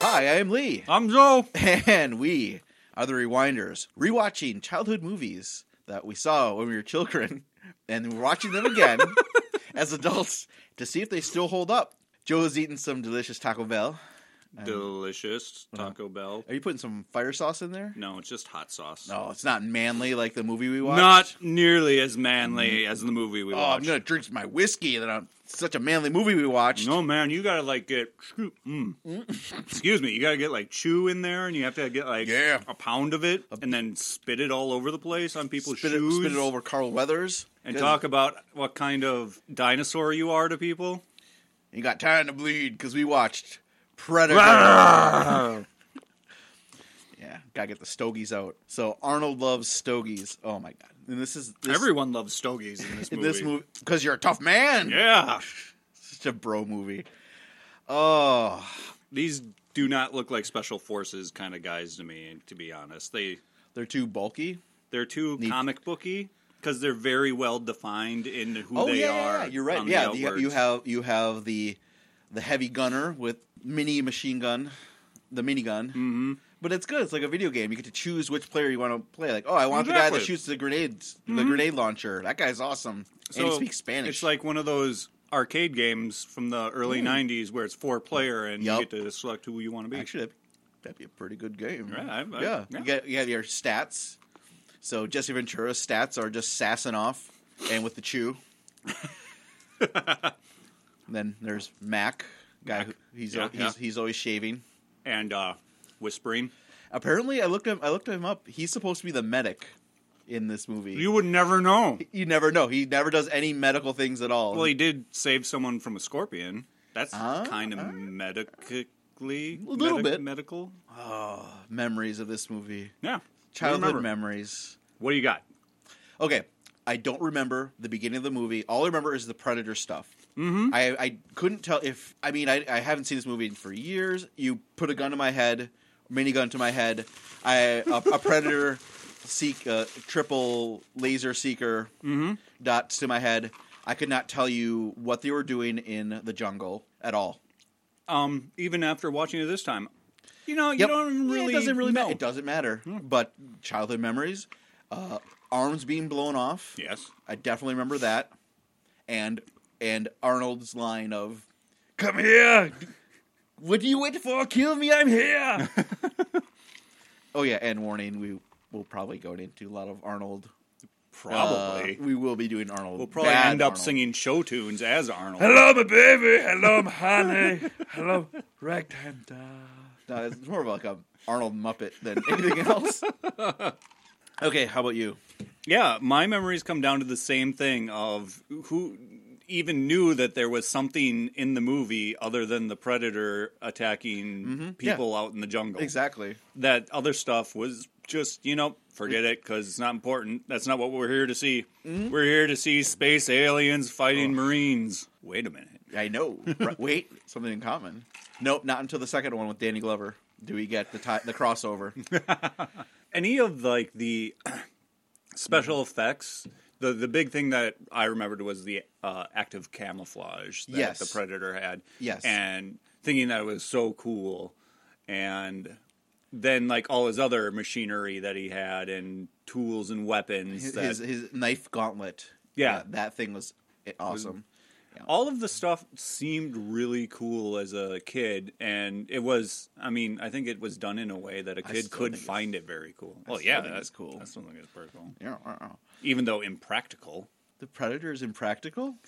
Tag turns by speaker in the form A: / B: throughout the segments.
A: Hi, I am Lee,
B: I'm Joe.
A: and we are the Rewinders, rewatching childhood movies that we saw when we were children, and we're watching them again as adults to see if they still hold up. Joe has eaten some delicious Taco Bell.
B: Delicious
A: Uh-huh.
B: Taco Bell.
A: Are you putting some fire sauce in there?
B: No, it's just hot sauce.
A: No, it's not manly like the movie we watched.
B: Not nearly as manly as in the movie we
A: Oh, I'm
B: watched.
A: gonna drink my whiskey that I'm such a manly movie we watched.
B: No man, you gotta like get chew- mm. excuse me, you gotta get like chew in there, and you have to get like
A: Yeah.
B: a pound of it, and then spit it all over the place on people's
A: spit, it,
B: shoes,
A: spit it over Carl Weathers.
B: and
A: Doesn't-
B: talk about what kind of dinosaur you are to people.
A: You got time to bleed because we watched Predator. yeah, gotta get the stogies out. So Arnold loves stogies. Oh my god! And this is this,
B: Everyone loves stogies in this
A: in
B: movie.
A: this movie because you're a tough man.
B: Yeah,
A: Such a bro movie. Oh,
B: these do not look like special forces kind of guys to me. To be honest, they
A: they're too bulky.
B: They're too comic booky because they're very well defined in who
A: oh
B: they
A: yeah,
B: are.
A: yeah, you're right.
B: on the
A: Yeah, you, you
B: outwards.
A: have you have the the heavy gunner with mini machine gun, the minigun. Mm-hmm. But it's good. It's like a video game. You get to choose which player you want to play. Like, oh, I want the guy that
B: Exactly. Mm-hmm.
A: shoots the grenades, the grenade launcher. That guy's awesome, and he
B: So,
A: speaks Spanish. Hmm.
B: It's like one of those arcade games from the early '90s where it's four player and
A: Yup.
B: you get to select who you want to be.
A: actually that'd, that'd be a pretty good game.
B: Yeah, I- I-
A: yeah.
B: yeah.
A: You get you have your stats. So Jesse Ventura's stats are just sassing off and with the chew. then there's Mac guy. Who, he's
B: Yeah,
A: he's,
B: yeah.
A: he's always shaving.
B: and uh, whispering,
A: Apparently, I looked him. I looked him up. He's supposed to be the medic in this movie.
B: you would never know.
A: You never know. He never does any medical things at all.
B: Well, he did save someone from a scorpion. That's
A: Ah,
B: kind of medically,
A: A little bit.
B: medical.
A: Ah, memories of this movie,
B: Yeah,
A: childhood
B: Remember.
A: memories.
B: What do you got?
A: Okay, I don't remember the beginning of the movie. All I remember is the predator stuff. Mm-hmm. I, I couldn't tell if I mean I, I haven't seen this movie in for years. You put a gun to my head, minigun to my head. I a, a predator seek uh, triple laser seeker
B: Mm-hmm.
A: dots to my head. I could not tell you what they were doing in the jungle at all.
B: Um, even after watching it this time, you know, you
A: Yep.
B: don't
A: Yeah,
B: really.
A: it doesn't really
B: know.
A: matter. It doesn't matter. But childhood memories, uh, arms being blown off.
B: Yes.
A: I definitely remember that, and and Arnold's line of "Come here, what do you wait for? Kill me, I'm here." oh yeah, and warning, we will probably go into a lot of Arnold.
B: Probably.
A: Uh, we will be doing Arnold.
B: We'll probably
A: bad
B: end up
A: Arnold.
B: singing show tunes as Arnold.
C: Hello, my baby. Hello, my honey. Hello, ragtime doll.
A: No, it's more of like a Arnold Muppet than anything else. okay, how about you?
B: Yeah, my memories come down to the same thing of who even knew that there was something in the movie other than the predator attacking people out in the jungle.
A: Exactly.
B: That other stuff was just, you know, forget it because it's not important. That's not what we're here to see. We're here to see space aliens fighting marines. Wait a minute.
A: I know. Right, Wait, something in common. Nope, not until the second one with Danny Glover do we get the ti the crossover.
B: any of like the special effects the the big thing that i remembered was the uh, active camouflage that
A: Yes.
B: the predator had
A: Yes.
B: and thinking that it was so cool and then like all his other machinery that he had and tools and weapons
A: his,
B: that
A: his his knife gauntlet.
B: Yeah.
A: that thing was i- awesome.
B: all of the stuff seemed really cool as a kid and it was i mean i think it was done in a way that a kid
A: still
B: could
A: think it's-
B: find it very cool well
A: still
B: yeah
A: think
B: that's
A: it's cool.
B: i still think it's pretty cool
A: Yeah, uh, uh.
B: even though impractical
A: The predator is impractical.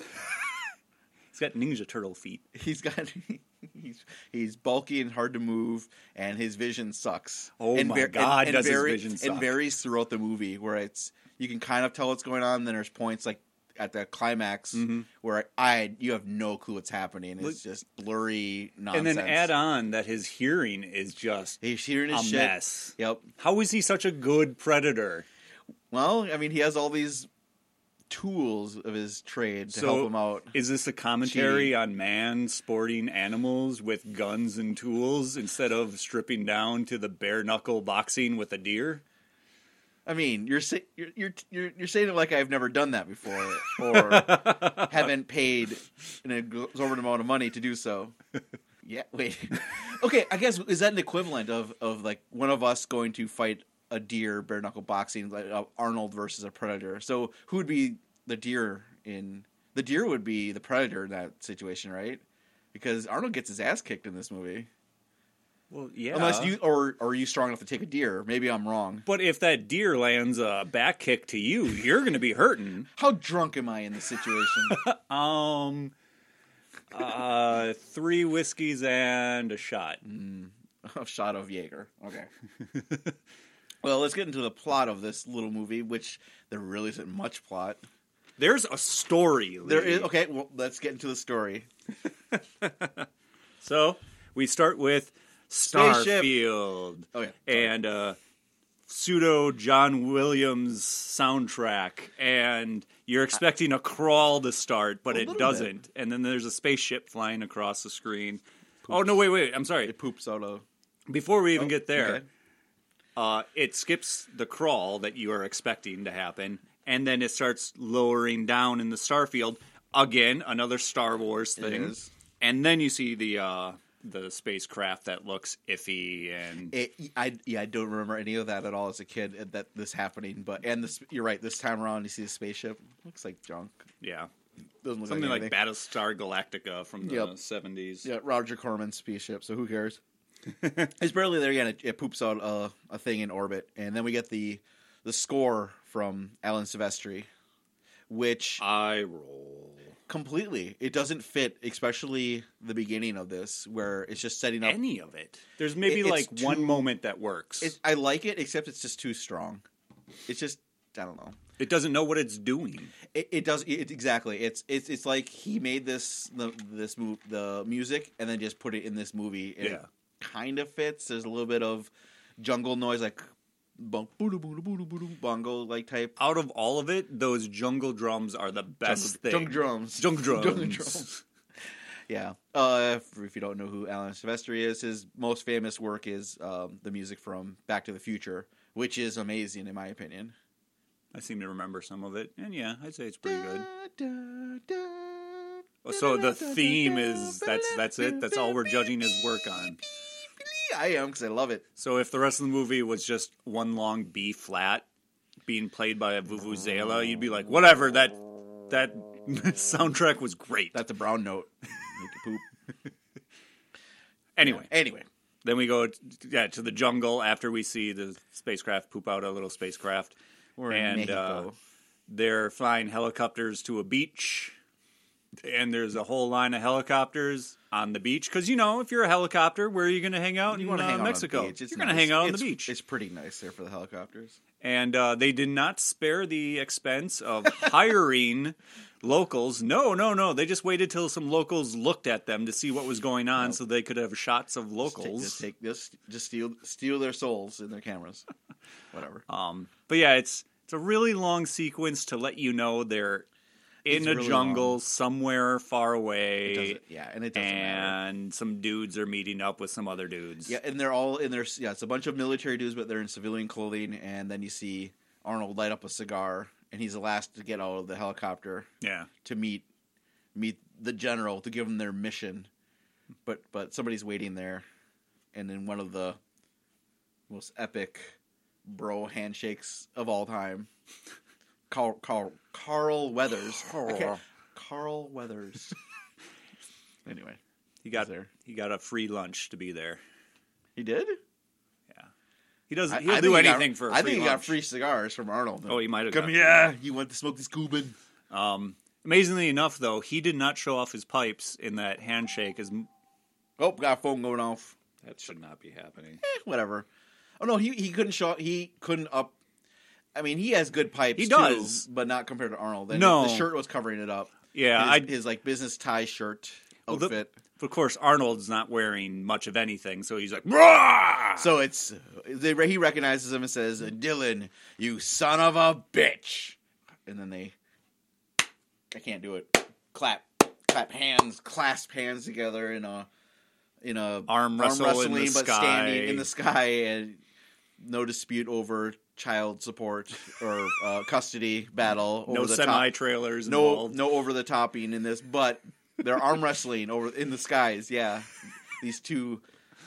B: He's got Ninja Turtle feet.
A: He's got he's he's bulky and hard to move, and his vision sucks.
B: Oh
A: and
B: my God, does his
A: vary-
B: vision
A: And
B: suck.
A: varies throughout the movie where it's you can kind of tell what's going on. Then there's points like at the climax where I you have no clue what's happening. It's just blurry nonsense.
B: And then add on that his hearing is just
A: he's hearing his
B: a
A: shit.
B: mess.
A: Yep.
B: How is he such a good predator?
A: Well, I mean, he has all these tools of his trade to help him out.
B: Is this a commentary on man sporting animals with guns and tools instead of stripping down to the bare knuckle boxing with a deer?
A: I mean, you're sa- you're, you're you're you're saying it like I've never done that before, or haven't paid an exorbitant amount of money to do so. Yeah. Wait. okay. I guess is that an equivalent of of like one of us going to fight a deer bare knuckle boxing like uh, Arnold versus a predator? So who would be the deer in the deer would be the predator in that situation, right? Because Arnold gets his ass kicked in this movie.
B: Well, yeah.
A: Unless you or, or are you strong enough to take a deer? Maybe I'm wrong.
B: But if that deer lands a back kick to you, you're going to be hurting.
A: How drunk am I in this situation?
B: Um, uh, three whiskeys and a shot.
A: a shot of Jaeger. Okay. well, let's get into the plot of this little movie, which there really isn't much plot.
B: There's a story. Lee.
A: There is okay. Well, let's get into the story.
B: So we start with
A: Spaceship.
B: Starfield
A: Oh yeah.
B: and uh, pseudo John Williams soundtrack, and you're expecting a crawl to start, but
A: little
B: it
A: bit.
B: doesn't. And then there's a spaceship flying across the screen. Oh no! Wait, wait. I'm sorry.
A: It poops out a
B: Before we even get there,
A: okay.
B: uh, it skips the crawl that you are expecting to happen, and then it starts lowering down in the starfield. Again, another Star Wars thing.
A: is.
B: And then you see the uh, the spacecraft that looks iffy and
A: It, I yeah, I don't remember any of that at all as a kid. uh, That this happening, but and this you're right. This time around, you see the spaceship looks like junk.
B: yeah,
A: Doesn't look
B: something
A: like,
B: like
A: anything.
B: Battlestar Galactica from the
A: Yep.
B: 70s.
A: Yeah, Roger Corman's spaceship. So who cares? it's barely there yet. and It, it poops out a, a thing in orbit, and then we get the the score from Alan Silvestri, which
B: I roll.
A: completely it doesn't fit, especially the beginning of this where it's just setting up.
B: Any of it. There's maybe
A: It- it's
B: like one
A: too-
B: moment that works.
A: It, I like it, except it's just too strong. It's just I don't know.
B: it doesn't know what it's doing.
A: It, it does it, exactly. It's it's it's like he made this the this move the music and then just put it in this movie. And
B: Yeah.
A: It kind of fits. There's a little bit of jungle noise like bong boodoo boodoo boodoo boodoo bongo like type
B: Out of all of it, those jungle drums are the best thing.
A: jungle drums.
B: Jungle drums.
A: Jungle drums. Yeah. Uh, if- if you don't know who Alan Silvestri is, his most famous work is um, the music from Back to the Future, which is amazing in my opinion.
B: I seem to remember some of it, and yeah, I'd say it's pretty good. Oh,
A: Da, da, da,
B: So
A: da,
B: the
A: da, da,
B: theme
A: da,
B: is
A: ba,
B: that's
A: da,
B: that's
A: da,
B: it. That's
A: ba,
B: all we're
A: da,
B: judging
A: da,
B: his work on.
A: I am because I love it.
B: So if the rest of the movie was just one long B flat being played by a vuvuzela, you'd be like, whatever. That that soundtrack was great.
A: That's a brown note. Make you poop.
B: Anyway,
A: Anyway,
B: then we go t- yeah to the jungle after we see the spacecraft poop out a little spacecraft.
A: we're in
B: and
A: Mexico.
B: uh, they're flying helicopters to a beach and there's a whole line of helicopters on the beach because you know if you're a helicopter where are you going to hang out
A: you
B: in
A: want to
B: uh,
A: hang out
B: mexico
A: on the beach? It's
B: you're going to
A: nice.
B: hang out on
A: It's-
B: the beach
A: It's pretty nice there for the helicopters.
B: and uh, they did not spare the expense of hiring locals no no no they just waited till some locals looked at them to see what was going on so they could have shots of
A: Just take,
B: locals
A: just take this. Just steal steal their souls in their cameras. Whatever.
B: Um, but yeah, it's it's a really long sequence to let you know they're in
A: It's
B: a
A: really
B: jungle
A: long.
B: somewhere far
A: It
B: away,
A: doesn't- yeah, and it doesn't matter.
B: and some dudes are meeting up with some other dudes.
A: Yeah, and they're all in their yeah. It's a bunch of military dudes, but they're in civilian clothing. And then you see Arnold light up a cigar, and he's the last to get out of the helicopter
B: yeah.
A: to meet meet the general to give them their mission. But but somebody's waiting there, and in one of the most epic bro handshakes of all time, Carl Carl Carl Weathers. I can't- Carl Weathers. anyway,
B: He got
A: there.
B: he got a free lunch to be there.
A: he did.
B: He doesn't.
A: I-
B: He'll
A: I
B: do
A: think he got-
B: anything for. A
A: I
B: free
A: think he got
B: lunch.
A: free cigars from Arnold.
B: Oh, he might have.
C: Come
B: Got
C: here.
A: You want to smoke this Cuban?
B: Um, amazingly enough, though, he did not show off his pipes in that handshake. As m-
A: Oh, got a phone going off.
B: that should not be happening.
A: Eh, whatever. Oh no, he he couldn't show. He couldn't up. I mean, he has good pipes.
B: He does.
A: too, but not compared to Arnold. And
B: No.
A: the shirt was covering it up.
B: Yeah,
A: his,
B: I
A: his like business tie shirt
B: the-
A: outfit.
B: Of course, Arnold's not wearing much of anything, so he's like, "Rah!"
A: so it's they, he recognizes him and says, "Dylan, you son of a bitch!" And then they, I can't do it. Clap, clap hands, clasp hands together in a in a
B: Arm wrestle in the
A: but
B: sky.
A: standing in the sky, and no dispute over child support or uh, custody battle.
B: no
A: over the
B: semi
A: top
B: trailers.
A: no
B: involved.
A: no over the topping in this, but they're arm wrestling over in the skies. Yeah, these two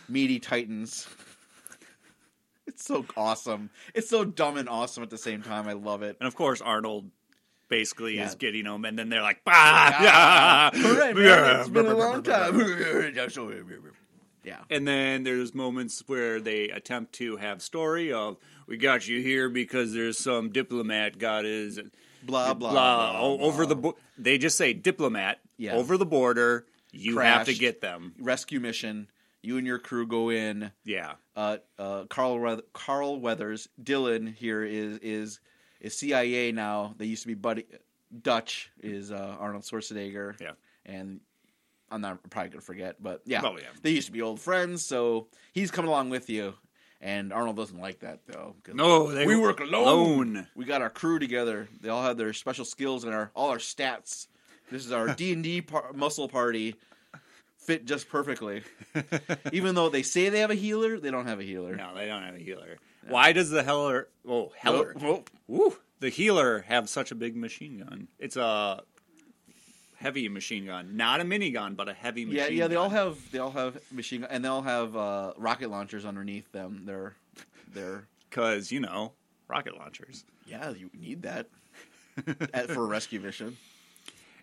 A: meaty titans. It's so awesome. It's so dumb and awesome at the same time. I love it.
B: And of course, Arnold basically is
A: Yeah.
B: getting him, and then they're like, bah,
A: All right, man,
B: yeah,
A: it's been a long time. yeah.
B: And then there's moments where they attempt to have story of we got you here because there's some diplomat got his
A: Blah blah
B: blah, o- over the bo- they just say diplomat
A: Yeah.
B: over the border you have to
A: Crashed.
B: get them
A: rescue mission. You and your crew go in.
B: yeah
A: Uh, uh, Carl Weath- Carl Weathers Dylan here is is is CIA now. They used to be buddy Dutch is uh, Arnold Schwarzenegger.
B: Yeah.
A: and I'm not probably gonna forget, but yeah,
B: Probably, yeah.
A: they used to be old friends. So he's coming along with you, and Arnold doesn't like that though. 'cause
B: no they
A: we work alone.
B: alone.
A: We got our crew together. They all have their special skills and our all our stats. This is our D and D muscle party. Fit just perfectly. Even though they say they have a healer, they don't have a healer.
B: no they don't have a healer why does the heller oh heller
A: Nope, nope.
B: Woo, the healer have such a big machine gun it's a heavy machine gun not a minigun but a heavy machine
A: Yeah, yeah. They all
B: gun.
A: have they all have machine gun, and they all have uh, rocket launchers underneath them. They're they're
B: because you know rocket launchers
A: yeah. You need that at, for a rescue mission.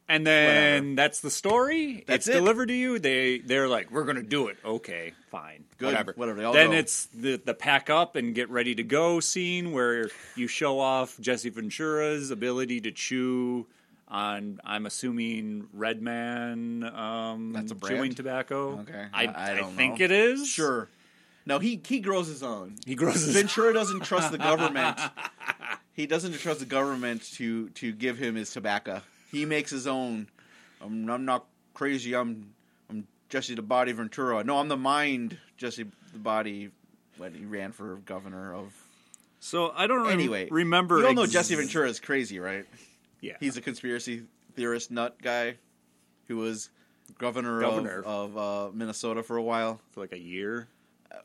B: And then
A: Whatever.
B: that's the story.
A: That's
B: it's
A: it.
B: delivered to you. They they're like, we're gonna do it. Okay, fine,
A: Good,
B: whatever.
A: whatever, they all
B: then
A: go.
B: it's the the pack up and get ready to go scene where you show off Jesse Ventura's ability to chew on. I'm assuming Red Man. Um,
A: That's a brand?
B: chewing tobacco.
A: Okay,
B: I,
A: I- I
B: I
A: don't
B: think
A: know.
B: it is.
A: Sure. No, he he grows his own.
B: he grows his.
A: Ventura doesn't trust the government. He doesn't trust the government to to give him his tobacco. He makes his own. I'm, I'm not crazy. I'm I'm Jesse the Body Ventura. No, I'm the mind Jesse the Body when he ran for governor of.
B: So I don't rem-
A: Anyway,
B: remember.
A: You all know
B: ex-
A: Jesse Ventura is crazy, right?
B: Yeah,
A: He's a conspiracy theorist nut guy who was governor,
B: Governor.
A: of, of uh, Minnesota for a while.
B: for like a year.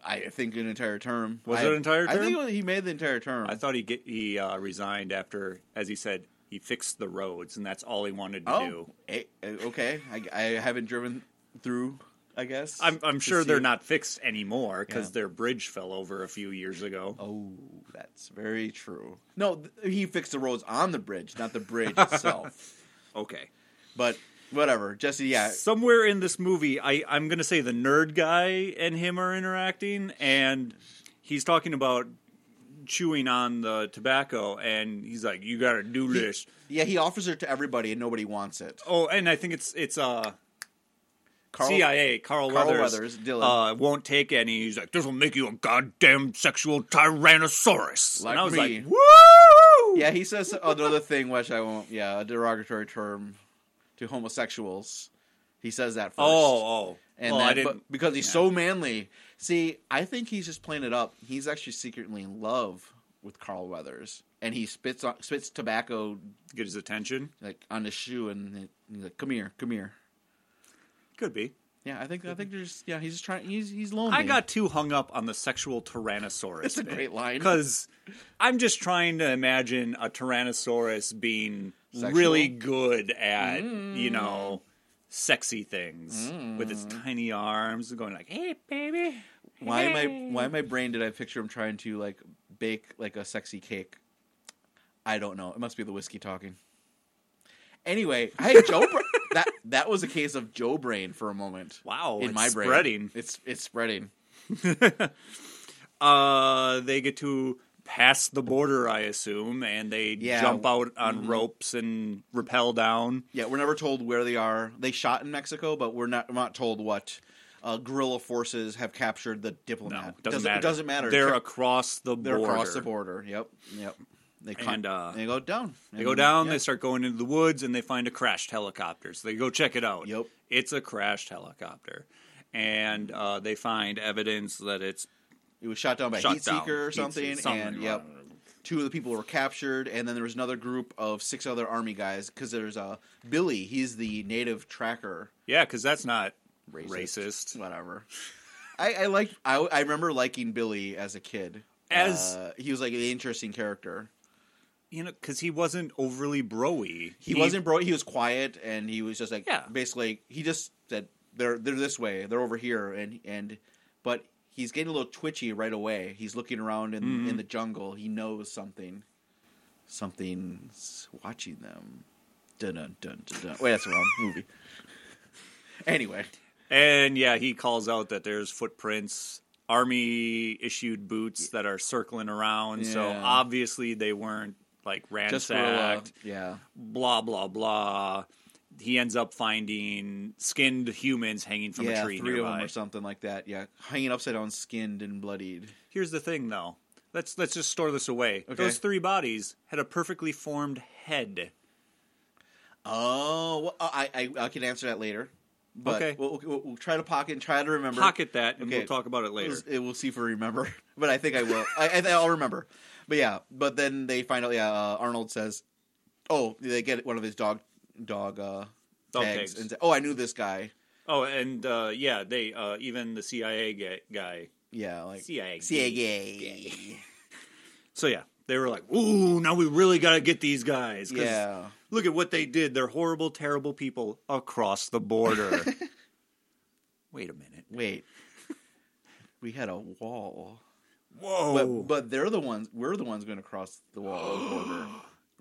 A: I think an entire term.
B: Was
A: I-
B: it an entire
A: I
B: term?
A: think he made the entire term.
B: I thought he get, he uh, resigned after, as he said, he fixed the roads, and that's all he wanted to do.
A: eh, eh, okay. I, I haven't driven through. I guess
B: I'm, I'm
A: to
B: sure
A: see
B: they're
A: it.
B: not fixed anymore because
A: Yeah.
B: their bridge fell over a few years ago.
A: Oh, that's very true. No, th- he fixed the roads on the bridge, not the bridge itself.
B: Okay.
A: But whatever, Jesse. Oh. Yeah,
B: Somewhere in this movie, I, I'm going to say the nerd guy and him are interacting, and he's talking about chewing on the tobacco, and he's like, "You got to do this."
A: yeah. He offers it to everybody, and nobody wants it.
B: Oh, and I think it's it's uh
A: Carl,
B: CIA, Carl,
A: Carl
B: Weathers,
A: Weathers, Dylan.
B: Uh, won't take any. He's like, this will make you a goddamn sexual tyrannosaurus.
A: Like
B: and I was
A: me.
B: like, woo!
A: Yeah, he says another thing which I won't. Yeah, a derogatory term to homosexuals. He says that first.
B: Oh, oh.
A: And
B: well,
A: that,
B: I didn't.
A: but because he's
B: yeah.
A: so manly. See, I think he's just playing it up. He's actually secretly in love with Carl Weathers, and he spits on, spits tobacco
B: Get his attention.
A: like on his shoe, and it- he's like, "Come here, come here."
B: Could be.
A: Yeah, I think I think there's yeah. He's just trying. He's he's lonely.
B: I got too hung up on the sexual tyrannosaurus.
A: That's a great line.
B: Because I'm just trying to imagine a tyrannosaurus being
A: Sexual? Mm.
B: really good at, you know, sexy things with its tiny arms and going like, hey, baby.
A: why am I why in my brain did I picture him trying to like bake like a sexy cake? I don't know. It must be the whiskey talking. Anyway, hey Joe, Bra- that that was a case of Joe brain for a moment.
B: Wow,
A: in
B: it's
A: my brain,
B: spreading.
A: It's it's spreading.
B: Uh, they get to pass the border, I assume, and they
A: Yeah. Mm-hmm.
B: jump out on ropes and rappel down.
A: Yeah, we're never told where they are. They shot in Mexico, but we're not we're not told what uh, guerrilla forces have captured the
B: No,
A: diplomat.
B: doesn't, matter.
A: It doesn't matter.
B: They're
A: Check-
B: across the
A: they're
B: border.
A: across the border. Yep, yep. They con-
B: And, uh,
A: they go down.
B: They go down.
A: Yep.
B: They start going into the woods, and they find a crashed helicopter. So they go check it out.
A: Yep.
B: it's a crashed helicopter, and uh, they find evidence that it's
A: It was shot down by a
B: shot
A: heat
B: down.
A: seeker or
B: Heat
A: something,
B: seeker, something.
A: and yep. Two of the people were captured, and then there was another group of six other army guys. Because there's uh, Billy, he's the native tracker,
B: yeah, because that's not
A: Racist.
B: racist.
A: whatever. I, I like. I, I remember liking Billy as a kid.
B: As-
A: Uh, he was like an interesting character.
B: You know, because he wasn't overly broy.
A: He, wasn't bro. He was quiet, and he was just like
B: Yeah.
A: basically he just said they're they're this way, they're over here, and and but he's getting a little twitchy right away. He's looking around in
B: Mm-hmm.
A: in the jungle. He knows something, something's watching them. Dun dun dun dun. dun. Wait, that's the wrong movie. Anyway,
B: And yeah, he calls out that there's footprints, army issued boots that are circling around. So
A: Yeah.
B: obviously they weren't like
A: just gorilla.
B: ransacked,
A: Yeah,
B: blah, blah, blah. He ends up finding skinned humans hanging from
A: yeah,
B: a tree
A: three
B: nearby.
A: of them or something like that. Yeah, hanging upside down, skinned and bloodied.
B: Here's the thing though. Let's let's just store this away.
A: Okay.
B: Those three bodies had a perfectly formed head.
A: Oh, well, I, I I can answer that later. But
B: Okay.
A: we'll, we'll, we'll try to pocket and try to remember.
B: Pocket that and
A: Okay.
B: we'll talk about it
A: It
B: later.
A: was- it- we'll see if we remember, but I think I will. I, I think I'll remember. But yeah, but then they find out. Yeah, uh, Arnold says, "Oh, they get one of his dog dog uh,
B: Dog
A: tags,
B: tags.
A: and say, oh, I knew this guy.
B: Oh, and uh, yeah, they uh, even the CIA ga- guy.
A: Yeah, like
B: CIA.
A: CIA.
B: So yeah, they were like, "Ooh, now we really got to get these guys." 'cause
A: Yeah,
B: Look at what they did. They're horrible, terrible people across the border. Wait a minute.
A: wait, we had a wall, but
B: Whoa.
A: but they're the ones. We're the ones going to cross the wall of the border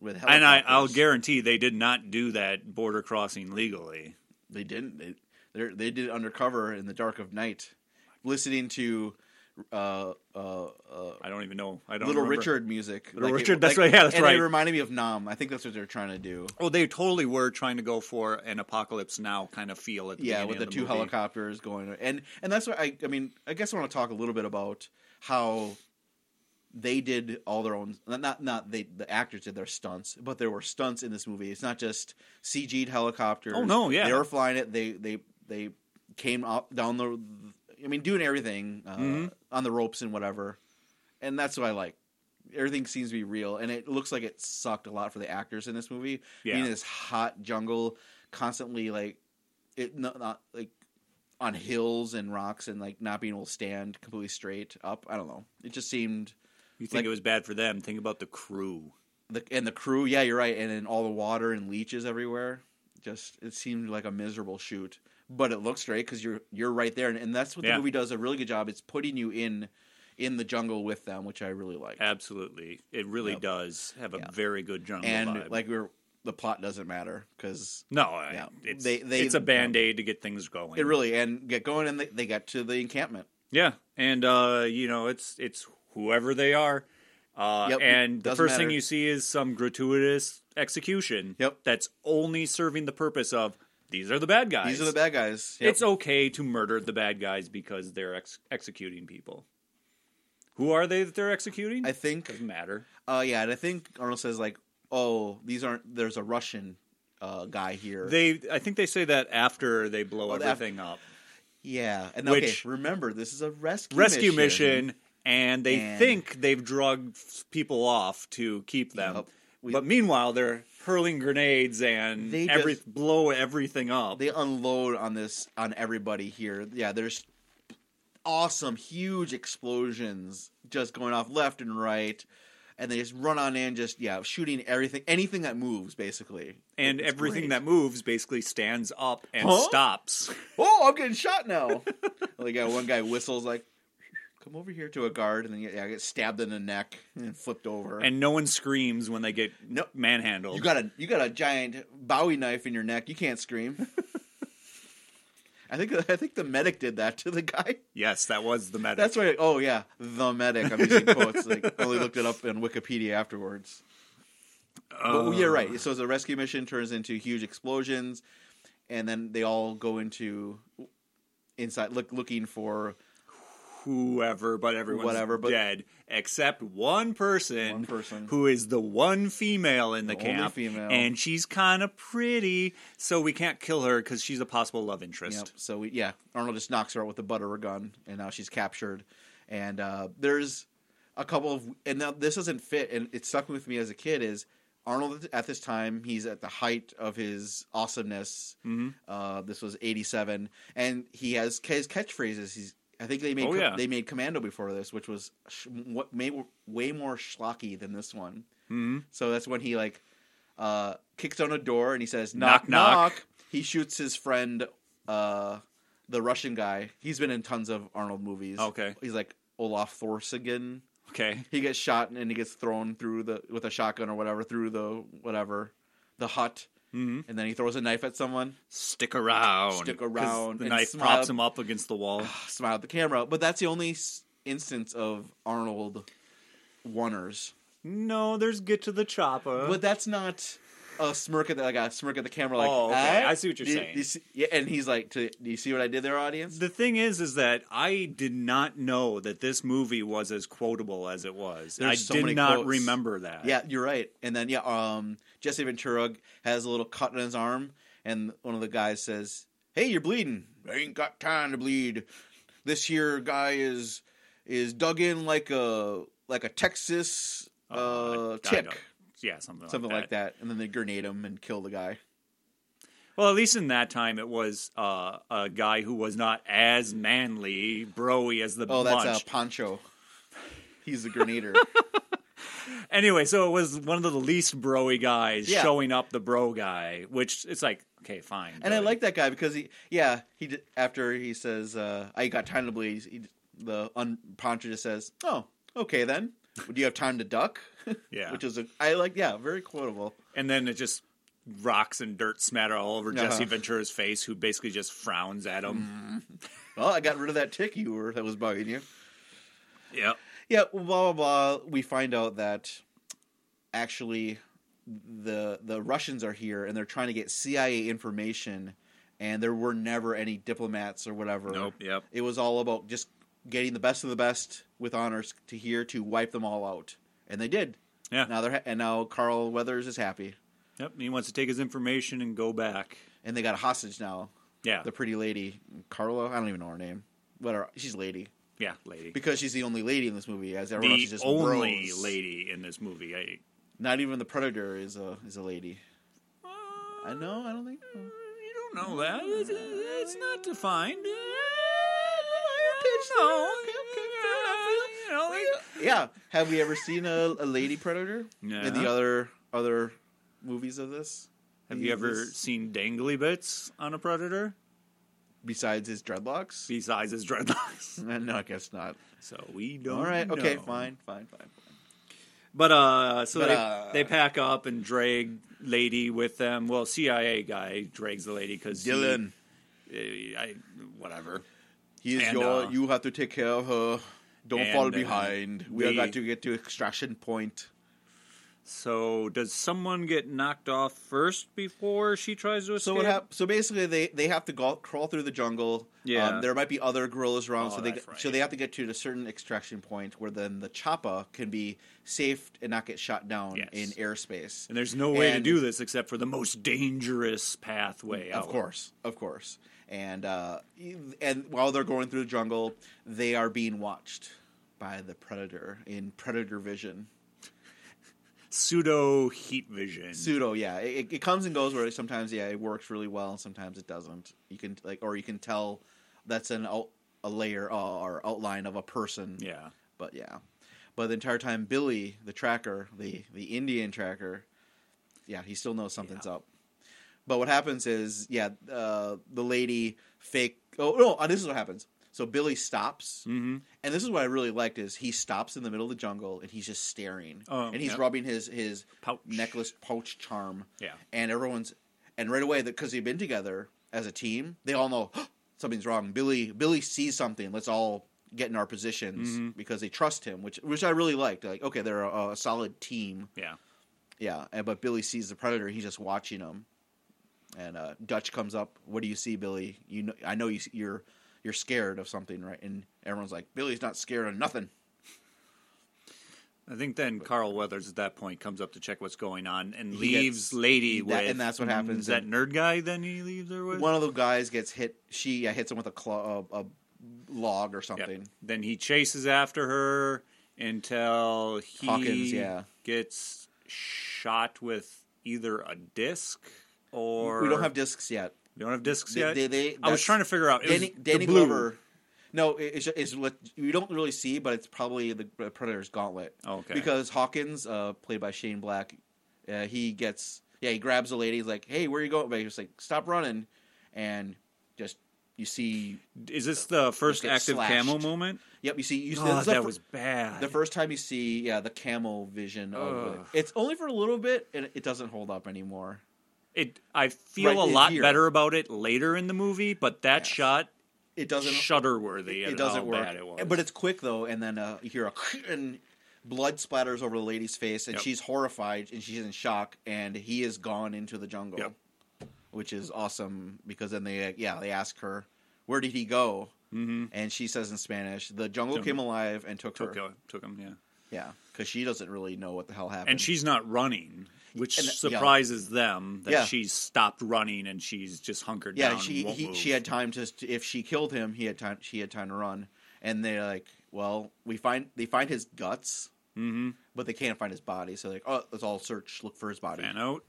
A: with helicopters.
B: and I, I'll guarantee they did not do that border crossing legally.
A: They didn't. They they're- they did it undercover in the dark of night, listening to uh, uh, uh,
B: I don't even know. I don't.
A: Little
B: remember.
A: Richard music.
B: Little Richard, that's right, yeah, that's
A: and
B: right.
A: It reminded me of Nom. I think that's what they're trying to do.
B: Oh, they totally were trying to go for an apocalypse now kind of feel at the
A: Yeah,
B: beginning
A: with
B: of
A: the, two
B: movie.
A: helicopters going, and and that's what I. I mean, I guess I want to talk a little bit about how they did all their own. Not not they the actors did their stunts, but there were stunts in this movie. It's not just CG'd helicopters.
B: Oh, no, yeah.
A: they were flying it. They they they came up down the. I mean, doing everything uh,
B: Mm-hmm.
A: on the ropes and whatever, and that's what I like. everything seems to be real, and it looks like it sucked a lot for the actors in this movie.
B: Yeah.
A: Being in this hot jungle, constantly like it not, not like on hills and rocks, and like not being able to stand completely straight up. I don't know. It just seemed
B: You think
A: Like-
B: it was bad for them? Think about the crew.
A: the and the crew. Yeah, you're right. And then all the water and leeches everywhere. Just it seemed like a miserable shoot, but it looks great because you're you're right there, and, and that's what
B: Yeah.
A: the movie does a really good job. It's putting you in in the jungle with them, which I really like.
B: Absolutely, it really
A: Yep.
B: does have a
A: Yeah.
B: very good jungle
A: and
B: vibe.
A: like we were, the plot doesn't matter because
B: no, I-
A: Yeah.
B: it's,
A: They- they-
B: it's a band aid to get things going.
A: it really and get going and they, they get to the encampment.
B: yeah, and uh, you know, it's it's whoever they are, uh,
A: Yep,
B: and the
A: doesn't
B: first thing
A: matter.
B: you see is some gratuitous execution.
A: Yep.
B: that's only serving the purpose of these are the bad guys.
A: These are the bad guys. Yep.
B: It's okay to murder the bad guys because they're ex- executing people. Who are they that they're executing?
A: I think.
B: Doesn't matter.
A: Uh, yeah, and I think Arnold says like, "Oh, these aren't." There's a Russian uh, guy here.
B: They, I think they say that after they blow
A: Well, the-
B: everything up.
A: yeah, and
B: Which-
A: okay, remember this is a rescue
B: rescue mission, and they
A: And-
B: think they've drugged people off to keep them.
A: Yep. We-
B: but meanwhile, they're hurling grenades and
A: They
B: every
A: just-
B: blow everything up.
A: They unload on this on everybody here. Yeah, there's awesome, huge explosions just going off left and right. And they just run on in, just yeah, shooting everything, anything that moves, basically.
B: and
A: It's
B: everything
A: great.
B: that moves basically stands up and
A: Huh?
B: stops.
A: oh, I'm getting shot now. like uh, one guy whistles like, come over here to a guard, and then yeah, I get stabbed in the neck and flipped over.
B: And no one screams when they get
A: No.
B: manhandled.
A: you got a you got a giant Bowie knife in your neck. You can't scream. I think I think the medic did that to the guy.
B: yes, that was the medic.
A: That's why. Oh yeah, the medic. I'm using quotes. Like only looked it up on Wikipedia afterwards. But yeah, right. So the rescue mission turns into huge explosions, and then they all go into inside look looking for
B: whoever, but everyone's
A: Whatever, but-
B: dead except one person,
A: One person.
B: who is the one female in the,
A: The only
B: camp,
A: female.
B: and she's kind of pretty, so we can't kill her because she's a possible love interest.
A: Yep. So we, yeah, Arnold just knocks her out with a butter gun, and now she's captured. And uh, there's a couple of, and now this doesn't fit, and it stuck with me as a kid is Arnold at this time he's at the height of his awesomeness. Uh, this was '87, and he has his catchphrases. He's I think they made
B: Oh, yeah.
A: they made Commando before this, which was sh- what may, way more schlocky than this one. Mm-hmm. So that's when he like uh, kicks on a door and he says knock
B: Knock,
A: knock.
B: knock.
A: He shoots his friend uh, the Russian guy. He's been in tons of Arnold movies.
B: Okay.
A: he's like Olaf Thorsigan.
B: Okay.
A: He gets shot and he gets thrown through the with a shotgun or whatever through the whatever the hut, mm-hmm. and then he throws a knife at someone.
B: Stick around.
A: Stick
B: 'Cause
A: around
B: The
A: and
B: knife
A: smile.
B: props him up against the wall.
A: Ah, Smile at the camera, but that's the only s- instance of Arnold oneers.
B: no, there's get to the chopper.
A: But that's not a smirk at the like a smirk at the camera. Like,
B: Oh, okay.
A: "Ah?
B: I see what you're
A: Do you-
B: saying."
A: do you see- yeah, and he's like, to, "Do you see what I did there, audience?"
B: the thing is, is that I did not know that this movie was as quotable as it was.
A: There's
B: I
A: so
B: did
A: many
B: not
A: quotes.
B: remember that.
A: Yeah, you're right. And then yeah, um, Jesse Ventura has a little cut in his arm, and one of the guys says, "Hey, you're bleeding. I ain't got time to bleed. This here guy is is dug in like a like a Texas
B: Uh,
A: uh,
B: I
A: tick,
B: don't- Yeah, something,
A: something
B: like that.
A: like that." And then they grenade him and kill the guy.
B: Well, at least in that time, it was uh, a guy who was not as manly, broy as the
A: Oh, that's
B: bunch.
A: uh, Pancho. He's the grenader.
B: Anyway, so it was one of the least broy guys
A: Yeah.
B: showing up the bro guy, which it's like, okay, fine.
A: And I
B: good.
A: like that guy because he, yeah, he d- after he says, uh, "I got time to bleed," he, the un- Poncho just says, "Oh, okay then. Do you have time to duck?"
B: Yeah.
A: which is a, I like, yeah, very quotable.
B: and then it just rocks and dirt smatter all over
A: Uh-huh. Mm-hmm.
B: Jesse Ventura's face, who basically just frowns at him.
A: Well, I got rid of that tick you were that was bugging you.
B: Yeah,
A: Yeah, blah blah blah. We find out that actually the the Russians are here and they're trying to get CIA information, and there were never any diplomats or whatever.
B: Nope, yep.
A: It was all about just getting the best of the best with honors to here to wipe them all out, and they did.
B: Yeah.
A: Now they're ha- and now Carl Weathers is happy,
B: Yep. He wants to take his information and go back.
A: and they got a hostage now.
B: Yeah.
A: The pretty lady, Carla. I don't even know her name. Whatever. She's lady
B: yeah, lady.
A: because she's the only lady in this movie. As everyone else
B: The
A: is just
B: only
A: bros.
B: lady in this movie. I,
A: Not even the predator is a is a lady.
B: uh,
A: I know. I don't think.
B: You don't know that. It's, it's not defined.
A: No. Yeah. Have we ever seen a, a lady predator in the
B: No.
A: other other movies of this?
B: Have you ever
A: This-
B: seen dangly bits on a predator
A: besides his dreadlocks? Uh,
B: besides his dreadlocks?
A: No, I guess not.
B: So we don't.
A: All right. Okay.
B: know.
A: Fine. Fine. Fine.
B: But uh, so
A: But,
B: they
A: uh,
B: they pack up and drag lady with them. Well, CIA guy drags the lady because
A: Dylan,
B: I, whatever.
A: he is
B: And,
A: your.
B: uh,
A: you have to take care of her. Don't
B: and,
A: fall
B: uh,
A: behind. we are
B: we-
A: got to get to extraction point.
B: So does someone get knocked off first before she tries to escape?
A: So what hap- So basically, they they have to go- crawl through the jungle.
B: Yeah.
A: um, there might be other gorillas around,
B: Oh,
A: so they
B: that's right.
A: so they have to get to a certain extraction point where then the choppa can be safe and not get shot down
B: Yes.
A: in airspace.
B: And there's no way
A: And-
B: to do this except for the most dangerous pathway.
A: Of
B: out.
A: course, of course. And uh, and while they're going through the jungle, they are being watched by the predator in predator vision.
B: Pseudo heat vision.
A: pseudo yeah it, it- it comes and goes where sometimes yeah it works really well and sometimes it doesn't you can like or you can tell that's an out, a layer uh, or outline of a person
B: yeah.
A: but yeah but the entire time billy the tracker the the indian tracker yeah he still knows something's up but what happens is yeah uh, the lady fake oh no uh, this is what happens so billy stops and this is what i really liked is he stops in the middle of the jungle and he's just staring
B: Oh,
A: and he's
B: yeah.
A: rubbing his his
B: Pouch.
A: necklace pouch charm
B: Yeah.
A: and everyone's and right away because they've been together as a team they all know something's wrong billy billy sees something let's all get in our positions
B: Mm-hmm.
A: because they trust him which which i really liked like okay they're a, a solid team
B: Yeah.
A: yeah and, but billy sees the predator he's just watching him and uh, dutch comes up what do you see billy you know i know you, s- you're you're scared of something right and everyone's like billy's not scared of nothing
B: I think then Carl Weathers at that point comes up to check what's going on and
A: He
B: leaves
A: gets-
B: Lady
A: that-
B: with.
A: and that's what
B: Mm,
A: happens
B: Is that
A: in-
B: nerd guy then he leaves her with?
A: one of the guys gets hit she uh, hits him with a, claw, a, a log or
B: Yep.
A: something
B: Then he chases after her until he
A: Hawkins, yeah.
B: gets shot with either a disc or.
A: we don't have discs yet
B: We don't have discs
A: They-
B: yet.
A: they- they-
B: I was
A: that's-
B: trying to figure out. It was
A: Danny, Danny
B: the blue.
A: Glover. No, it- it's, it's what you don't really see, but it's probably the Predator's gauntlet.
B: Oh, Okay.
A: Because Hawkins, uh, played by Shane Black, uh, he gets yeah he grabs a lady. He's like, "Hey, where you going?" But he's like, "Stop running," and just You see,
B: Is this the first
A: Just get
B: active
A: slashed.
B: camo moment?
A: yep. You see, you see
B: Oh,
A: this is the
B: that
A: fir-
B: was bad.
A: the first time you see, yeah, the camel vision of it.
B: Ugh.
A: It's only for a little bit, and it doesn't hold up anymore.
B: it. I feel
A: Right
B: a lot
A: here.
B: better about it later in the movie, but that shot
A: It doesn't.
B: shudder worthy.
A: it doesn't work.
B: Bad it was.
A: But it's quick though, and then uh, you hear a and blood splatters over the lady's face, and
B: Yep.
A: she's horrified and she's in shock, and he is gone into the jungle,
B: Yep.
A: which is awesome because then they uh, yeah they ask her where did he go, mm-hmm. and she says in Spanish the jungle came alive and took,
B: took,
A: her,
B: him- took him. Yeah.
A: yeah, because she doesn't really know what the hell happened,
B: and she's not running, which
A: And, uh, yeah.
B: surprises them that
A: Yeah.
B: she's stopped running and she's just hunkered
A: yeah
B: down.
A: she
B: and won't
A: he,
B: move.
A: she had time to if she killed him he had time she had time to run, and they're like well we find they find his guts.
B: Mhm.
A: but they can't find his body. So like, oh, let's all search, look for his body.
B: Fan out,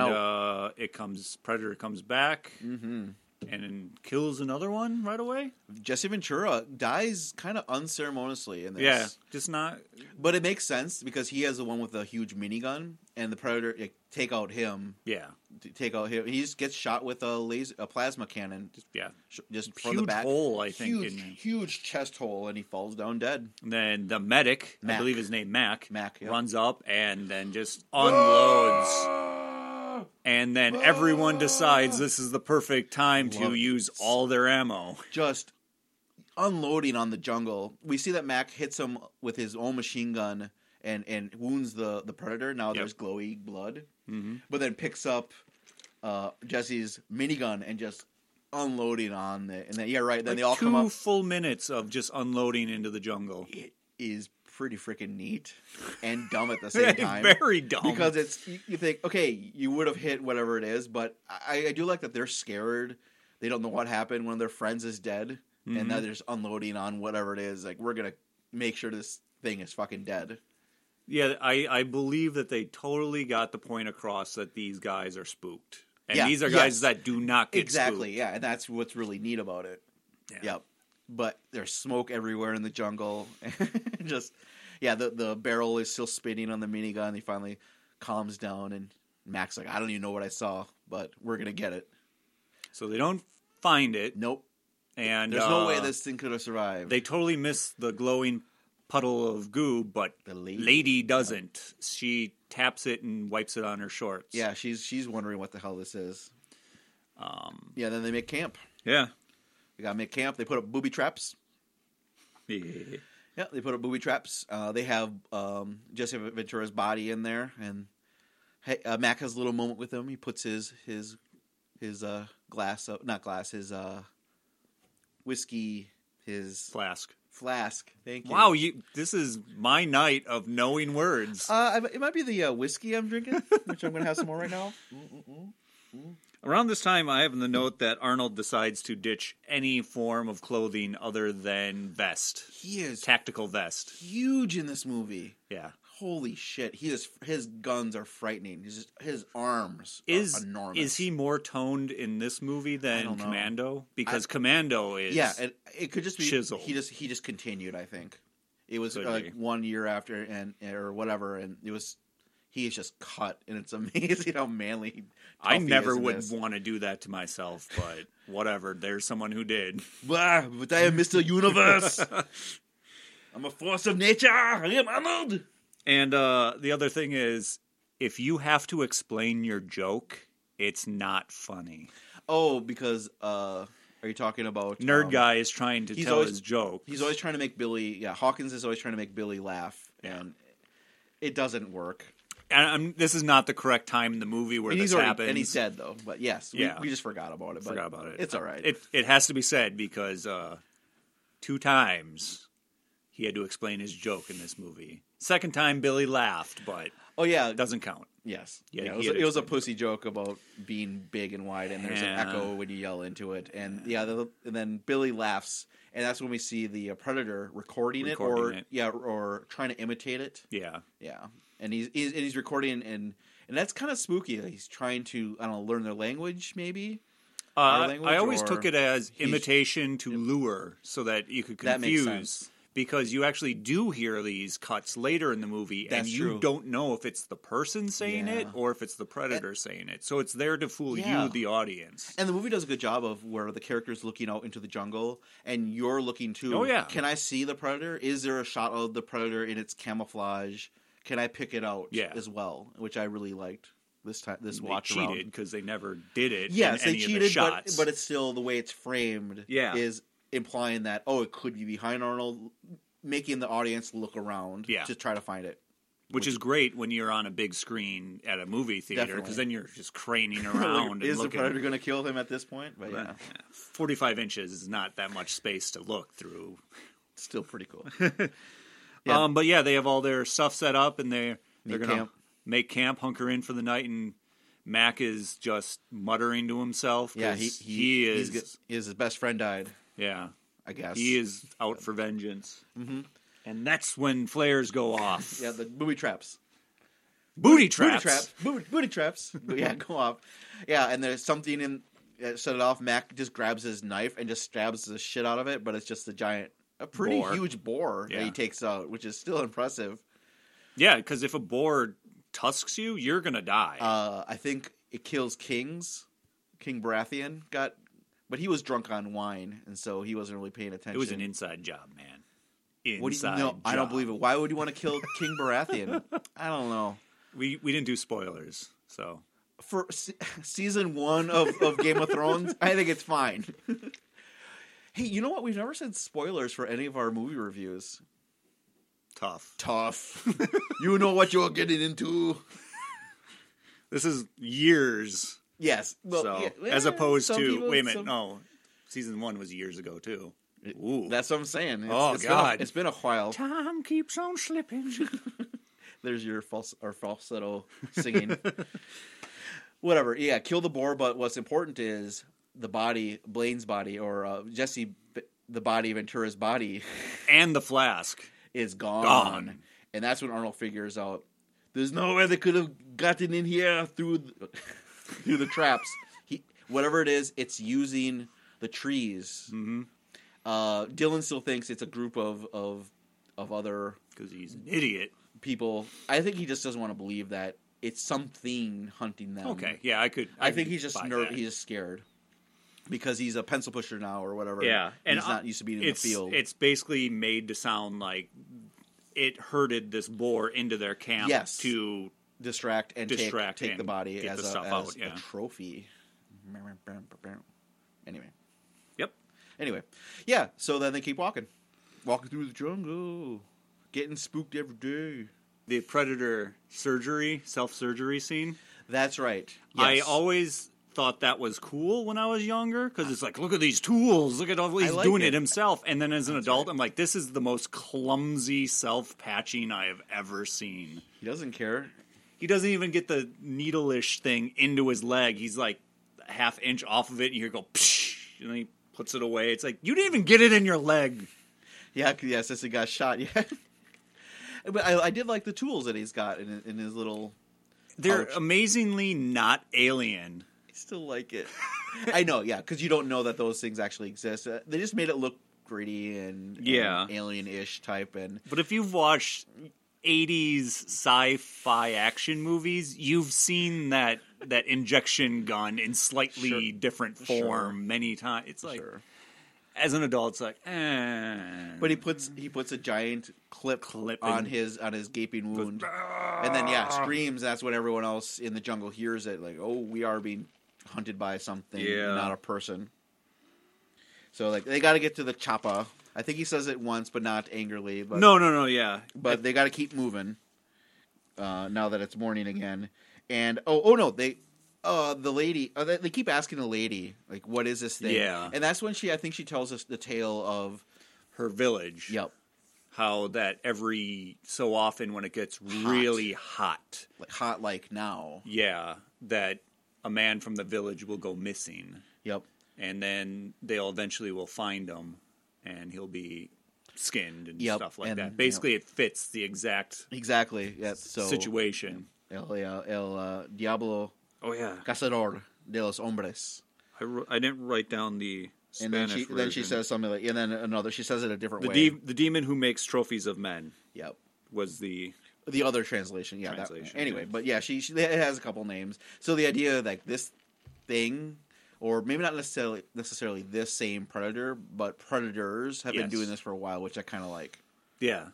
A: Fan
B: uh, it comes. Predator comes back
A: Mm-hmm.
B: and then kills another one right away.
A: Jesse Ventura dies kind of unceremoniously in this.
B: Yeah, just not.
A: but it makes sense because he has the one with the huge minigun, and the predator like, take out him,
B: Yeah,
A: t- take out him. He just gets shot with a laser, a plasma cannon, just,
B: yeah.
A: sh- just from the
B: Huge
A: back.
B: hole, I think.
A: huge,
B: in,
A: huge chest hole, and he falls down dead.
B: and then the medic, I
A: Mac.
B: believe his name Mac,
A: Mac, yep.
B: runs up and then just unloads. And then everyone decides this is the perfect time to
A: Love it.
B: use all their ammo.
A: Just unloading on the jungle. We see that Mac hits him with his own machine gun and and wounds the the predator. Now there's glowy blood.
B: Mm-hmm.
A: but then picks up uh, Jesse's minigun and just unloading on it. And then yeah, right. Then they all
B: two
A: come up.
B: full minutes of just unloading into the jungle.
A: It is pretty freaking neat and dumb at the same time.
B: Very dumb.
A: Because it's you, you think okay, you would have hit whatever it is, but I, I do like that they're scared. They don't know what happened. One of their friends is dead,
B: Mm-hmm.
A: and now they're just unloading on whatever it is. Like we're gonna make sure this thing is fucking dead.
B: yeah, I, I believe that they totally got the point across that these guys are spooked. And
A: Yeah,
B: these are guys
A: yes.
B: that do not get
A: exactly
B: spooked.
A: yeah and that's what's really neat about it
B: Yeah.
A: yep but there's smoke everywhere in the jungle just yeah the, the barrel is still spinning on the minigun he finally calms down and max like i don't even know what i saw but we're gonna get it
B: So they don't find it.
A: nope
B: And
A: there's no way
B: uh,
A: this thing could have survived
B: They totally miss the glowing puddle of goo, but
A: The lady.
B: doesn't. She taps it and wipes it on her shorts.
A: yeah she's she's wondering what the hell this is um yeah then they make camp
B: Yeah.
A: they gotta make camp they put up booby traps
B: Yeah.
A: Yeah, they put up booby traps. Uh, they have um, Jesse Ventura's body in there, and hey, uh, Mac has a little moment with him. He puts his his his uh, glass, uh, not glass, his uh, whiskey, his
B: Flask.
A: flask. Thank you.
B: Wow, you this is my night of knowing words.
A: Uh, I- it might be the uh, whiskey I'm drinking, which I'm gonna have some more right now.
B: Around this time, I have in the note that Arnold decides to ditch any form of clothing other than vest,
A: He is
B: tactical vest. Uh,
A: huge in this movie.
B: Yeah.
A: Holy shit! He is his guns are frightening. His his arms are
B: Is
A: enormous.
B: is he more toned in this movie than
A: don't know.
B: Commando? Because Commando is
A: Yeah, it, it could just be
B: chiseled.
A: He just he just continued. I think it was
B: Could
A: uh,
B: be.
A: like one year after and or whatever, and it was he is just cut, and it's amazing how manly. He,
B: I
A: tough he is
B: never
A: in
B: would
A: this.
B: want to do that to myself, but whatever. There's someone who did.
A: Blah, but I am Mister Universe.
C: I'm a force of nature. I am Arnold.
B: And uh, the other thing is, if you have to explain your joke, it's not funny.
A: oh, because uh, are you talking about
B: Nerd
A: um,
B: guy is trying to
A: he's
B: tell
A: always-
B: his joke.
A: He's always trying to make Billy. Yeah, Hawkins is always trying to make Billy laugh, and it doesn't work.
B: and I'm, this is not the correct time in the movie where
A: And
B: this
A: he's already,
B: happens.
A: and he's dead though. But yes, we,
B: Yeah.
A: we just forgot about it. But
B: Forgot about it.
A: It's all right.
B: It it has to be said because uh, two times he had to explain his joke in this movie. Second time Billy laughed, but
A: oh yeah,
B: it doesn't count.
A: Yes.
B: Yeah,
A: Yeah.
B: he
A: it was,
B: had
A: it was a
B: explained
A: pussy joke about being big and wide, and there's
B: Yeah.
A: an echo when you yell into it, and yeah, the, and then Billy laughs, and that's when we see the uh, predator recording, it, or
B: Recording it.
A: yeah, or trying to imitate it.
B: Yeah,
A: Yeah, and he's, he's and he's recording, and and that's kind of spooky. that He's trying to I don't know learn their language, maybe.
B: uh, I
A: language
B: always
A: or
B: took it as
A: he's-
B: imitation to lure, so that you could
A: That makes
B: confuse.
A: sense.
B: because you actually do hear these cuts later in the movie and
A: That's
B: you
A: true.
B: don't know if it's the person saying it
A: Yeah.
B: or if it's the predator saying it. So it's there to fool
A: Yeah.
B: you, the audience.
A: And the movie does a good job of where the character's looking out into the jungle and you're looking too.
B: Oh, yeah.
A: Can I see the predator? Is there a shot of the predator in its camouflage? Can I pick it out
B: Yeah.
A: as well? Which I really liked this time this
B: They
A: watch
B: cheated
A: around.
B: because they never did it.
A: Yes,
B: in
A: they
B: any
A: cheated,
B: of the
A: but,
B: shots.
A: but it's still the way it's framed
B: Yeah.
A: is implying that oh, it could be behind Arnold, making the audience look around
B: Yeah.
A: to try to find it.
B: which is great when you're on a big screen at a movie theater
A: Definitely.
B: because then you're just craning
A: Like,
B: around and
A: is the
B: looking.
A: predator going to kill him at this point? But yeah,
B: Right. 45 inches is not that much space to look through.
A: it's still pretty cool. Yeah.
B: Um, but yeah, they have all their stuff set up and they they're
A: Make
B: gonna
A: camp.
B: make camp, hunker in for the night, and Mac is just muttering to himself. 'cause
A: Yeah, he
B: he,
A: he,
B: is
A: he's, g- his best friend died.
B: yeah
A: I guess
B: he is out for vengeance. Mm-hmm. And that's when flares go off.
A: Yeah, the booby traps.
B: booty traps.
A: Booty traps. Booty, booty traps. But yeah, go off. Yeah, and there's something in uh, set it off. Mac just grabs his knife and just stabs the shit out of it, but it's just a giant, a pretty
B: Boar.
A: huge boar that
B: Yeah.
A: he takes out, which is still impressive.
B: Yeah, because if a boar tusks you, you're gonna die.
A: Uh, I think it kills kings. King Baratheon got, but he was drunk on wine, and so he wasn't really paying attention.
B: it was an inside job, man. Inside
A: What do you, no,
B: job.
A: I don't believe it. Why would you want to kill King Baratheon? I don't know.
B: We we didn't do spoilers, so
A: for se- season one of, of Game of Thrones, I think it's fine. hey, you know what? We've never said spoilers for any of our movie reviews.
B: tough.
A: Tough. you know what you're getting into.
B: This is years
A: Yes. Well,
B: so
A: yeah,
B: as
A: eh,
B: opposed
A: some
B: to
A: people-
B: wait a minute,
A: some-
B: no, season one was years ago too. Ooh,
A: That's what I'm saying. It's,
B: Oh,
A: it's been a-
B: God.
A: it's been a while.
B: time keeps on slipping.
A: There's your false or falsetto singing. Whatever. Yeah, kill the boar. But what's important is the body, Blaine's body, or uh, Jesse, the body, Ventura's body.
B: and the flask.
A: is gone.
B: Gone.
A: And that's when Arnold figures out there's no way they could have gotten in here through the, through the traps. He whatever it is, it's using the trees. Mm-hmm. Uh, Dylan still thinks it's a group of of of other
B: Because he's an idiot.
A: people. I think he just doesn't want to believe that it's something hunting them.
B: Okay, yeah, I could.
A: Um, I
B: could
A: think he's just
B: buy
A: ner-
B: that.
A: he's just scared because he's a pencil pusher now or whatever.
B: yeah,
A: and
B: and
A: he's
B: uh,
A: not used to being in the
B: it's,
A: field.
B: It's basically made to sound like it herded this boar into their camp
A: Yes.
B: to
A: distract and take-
B: Distract
A: take,
B: and
A: the body
B: get
A: as,
B: the
A: a,
B: stuff
A: as
B: out,
A: a
B: yeah.
A: trophy. Anyway,
B: yep.
A: anyway, yeah. So then they keep walking, walking through the jungle, getting spooked every day.
B: The predator surgery, self surgery scene.
A: That's right.
B: I
A: Yes.
B: always thought that was cool when I was younger because it's like, look at these tools, look at all he's
A: like
B: doing it.
A: it.
B: himself. And then as an adult, I'm like, this is the most clumsy self patching I have ever seen.
A: he doesn't care.
B: He doesn't even get the needle-ish thing into his leg. He's like a half inch off of it, and you hear it go, Psh, and then he puts it away. It's like you didn't even get it in your leg.
A: Yeah, 'cause- yeah. Since he got shot, yeah. but I, I did like the tools that he's got in, in his little.
B: They're
A: Ouch.
B: amazingly not alien.
A: I still like it. I know, yeah, because you don't know that those things actually exist. Uh, they just made it look gritty and, and
B: Yeah.
A: alien-ish type, and
B: But if you've watched 80s sci-fi action movies, you've seen that that injection gun in slightly
A: Sure.
B: different form
A: Sure.
B: many times. It's like
A: sure.
B: as an adult, it's like, eh.
A: But he puts he puts a giant clip
B: Clip
A: on
B: and-
A: his on his gaping wound,
B: ah.
A: and then yeah, screams. That's when everyone else in the jungle hears it. Like, oh, we are being hunted by something,
B: Yeah.
A: not a person. So like, they got to get to the choppa. I think he says it once, but not angrily. But
B: no, no, no, yeah.
A: but they got to keep moving. Uh, now that it's morning again, and oh, oh no, they, uh, the lady, uh, they, they keep asking the lady, like, what is this thing?
B: Yeah.
A: and that's when she, I think, she tells us the tale of,
B: her village.
A: yep,
B: how that every so often when it gets really hot,
A: like hot like now,
B: yeah, that a man from the village will go missing,
A: yep,
B: and then they'll eventually will find him, and he'll be skinned and
A: Yep,
B: stuff like
A: and-
B: that. Basically, it fits the exact
A: exactly, yeah. So
B: situation.
A: el, uh, el uh, diablo
B: Oh yeah,
A: cazador de los hombres.
B: I, wr- I didn't write down the
A: and then she
D: Spanish
A: then she
D: version.
A: says something like, and then another. She says it a different
B: The,
A: way.
B: de- the demon who makes trophies of men
A: yep.
B: was the
A: the other translation yeah that-
B: Translation,
A: anyway
B: yeah.
A: but yeah she, she it has a couple names so the idea like this thing or maybe not necessarily necessarily this same predator but predators have been
B: Yes.
A: doing this for a while which i kind of like
B: yeah,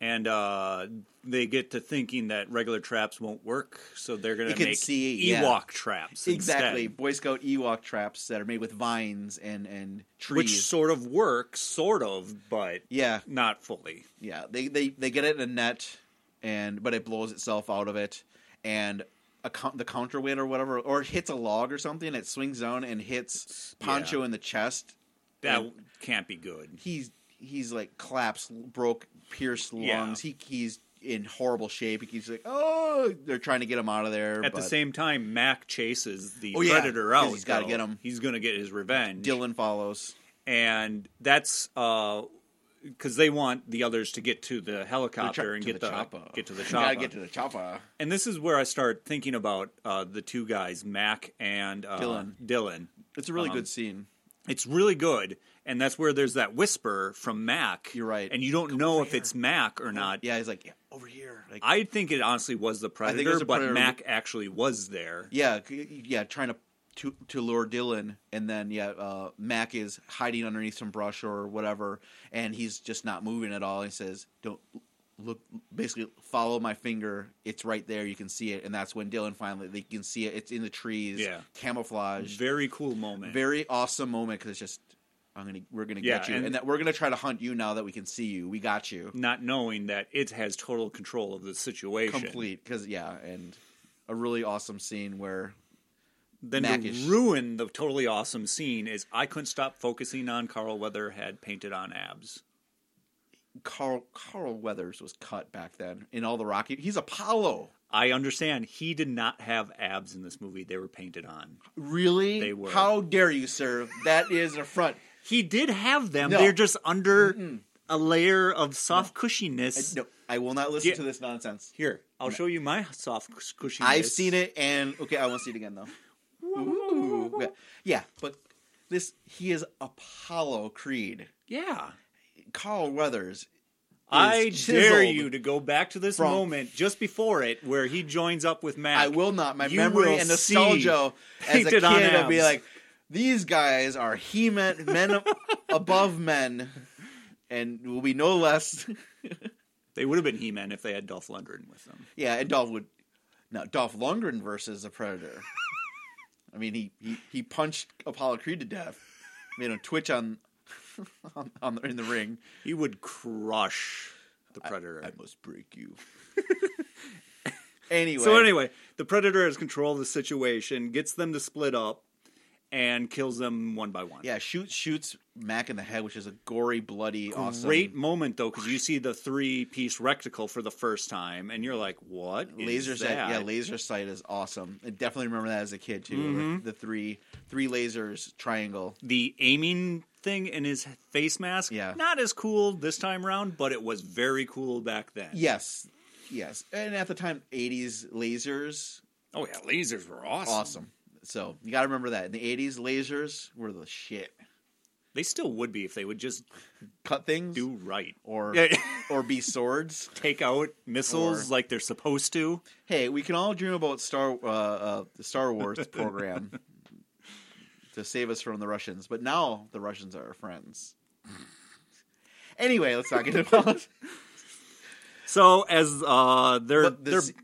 B: and uh, they get to thinking that regular traps won't work, so they're gonna
A: You can
B: make
A: see,
B: Ewok
A: yeah.
B: traps
A: exactly
B: instead,
A: boy scout ewok traps that are made with vines and and
B: which
A: trees
B: sort of works, sort of, but
A: yeah
B: not fully.
A: yeah they, they they get it in a net and but it blows itself out of it and a, coun- the counterweight or whatever or it hits a log or something it swings down and hits poncho
B: yeah.
A: in the chest
B: That
A: And-
B: can't be good.
A: he's he's like collapsed, broke, pierced
B: Yeah.
A: lungs. He he's in horrible shape. He's like, oh, they're trying to get him out of there.
B: At the
A: but
B: same time, Mac chases the
A: Oh, yeah,
B: predator
A: 'cause
B: out.
A: he's gotta
B: though.
A: get him.
B: He's gonna get his revenge.
A: Dylan follows.
B: and that's because they want the others to get to the helicopter
A: chop-
B: and
A: to
B: get
A: the
B: the,
A: chopper.
B: get to the
A: You
B: chopper.
A: Gotta get to the chopper.
B: and this is where I start thinking about uh, the two guys, Mac and uh,
A: Dylan.
B: Dylan.
A: It's a
B: Um,
A: really good scene.
B: It's really good, and that's where there's that whisper from Mac.
A: You're right.
B: and you don't know if it's Mac or not.
A: Yeah, he's like "Yeah, over here. Like,
B: I think it honestly was the
A: think
B: predator,
A: it was the
B: but
A: Predator.
B: Mac actually was there.
A: yeah, c- yeah, trying to. To, to lure Dylan, and then yeah, uh, Mac is hiding underneath some brush or whatever, and he's just not moving at all. He says, "Don't look." Basically, follow my finger; it's right there. You can see it, and that's when Dylan finally they can see it. It's in the trees,
B: Yeah.
A: camouflage.
B: Very cool moment.
A: very awesome moment because it's just I'm gonna we're gonna
B: Yeah,
A: get you
B: and-
A: and, that we're gonna try to hunt you now that we can see you. We got you
B: not knowing that it has total control of the situation.
A: complete because yeah, and a really awesome scene where
B: Then
A: Mac-ish.
B: to ruin the totally awesome scene is I couldn't stop focusing on Carl Weather had painted on abs.
A: Carl Carl Weathers was cut back then in all the Rocky. He's Apollo.
B: I understand he did not have abs in this movie; they were painted on.
A: Really?
B: They were.
A: How dare you, sir? That is an affront.
B: He did have them;
A: No.
B: they're just under a layer of soft cushiness.
A: No, I will not listen
B: Yeah.
A: to this nonsense.
B: Here, I'll show you my soft cus- cushiness.
A: I've seen it, and okay, I won't see it again though. Ooh, yeah. yeah, but this he is Apollo Creed.
B: Yeah,
A: Carl Weathers
B: I
A: is
B: dare
A: chiseled
B: you to go back to this
A: from-
B: moment just before it, where he joins up with Mac.
A: I will not. My
B: You
A: memory
B: will
A: and
B: see
A: nostalgia as a
B: painted
A: kid
B: on
A: will be
B: abs.
A: like, these guys are he men, men ab- above men, and will be no less.
B: They would have been He-Man if they had Dolph Lundgren with them.
A: yeah, and Dolph would. Now Dolph Lundgren versus a predator. I mean, he, he he punched Apollo Creed to death, made him twitch on, on, on the, in the ring.
B: He would crush the predator.
A: I must break you. anyway,
B: so anyway, the predator has control of the situation, gets them to split up, and kills them one by one.
A: yeah, shoots shoots Mac in the head, which is a gory, bloody, awesome.
B: Great moment though, because you see the three-piece recticle for the first time, and you're like, "What? is
A: laser sight
B: that?"
A: yeah laser sight is awesome i definitely remember that as a kid too
B: Mm-hmm.
A: the, the three three lasers triangle
B: the aiming thing in his face mask.
A: Yeah.
B: not as cool this time around, but it was very cool back then.
A: yes yes and at the time 80s lasers
B: Oh yeah, lasers were awesome.
A: awesome so you gotta remember that in the 80s lasers were the shit
B: They still would be if they would just
A: cut things
B: do right.
A: or
B: Yeah.
A: or be swords
B: Take out missiles
A: Or-
B: like they're supposed to.
A: hey we can all dream about star uh, uh the star wars program to save us from the russians but now the russians are our friends anyway let's not get involved
B: So as uh, they're
A: But this-
B: they're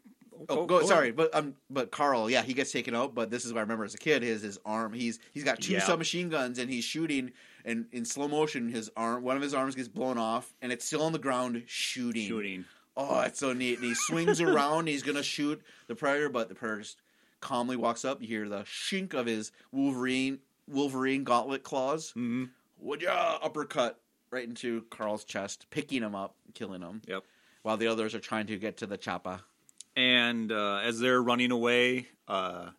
A: Oh,
B: Go-
A: go,
B: go
A: sorry, but um, but Carl, yeah, he gets taken out. But this is what I remember as a kid: is his arm. He's he's got two
B: Yeah.
A: submachine guns, and he's shooting, and in slow motion, his arm, one of his arms gets blown off, and it's still on the ground shooting.
B: shooting.
A: Oh, it's so neat. And he swings around. and He's gonna shoot the predator, but the predator just calmly walks up. You hear the shink of his Wolverine Wolverine gauntlet claws.
B: Mhm.
A: Would ya uppercut right into Carl's chest, picking him up, killing him,
B: Yep.
A: while the others are trying to get to the choppa.
B: And uh, as they're running away, uh,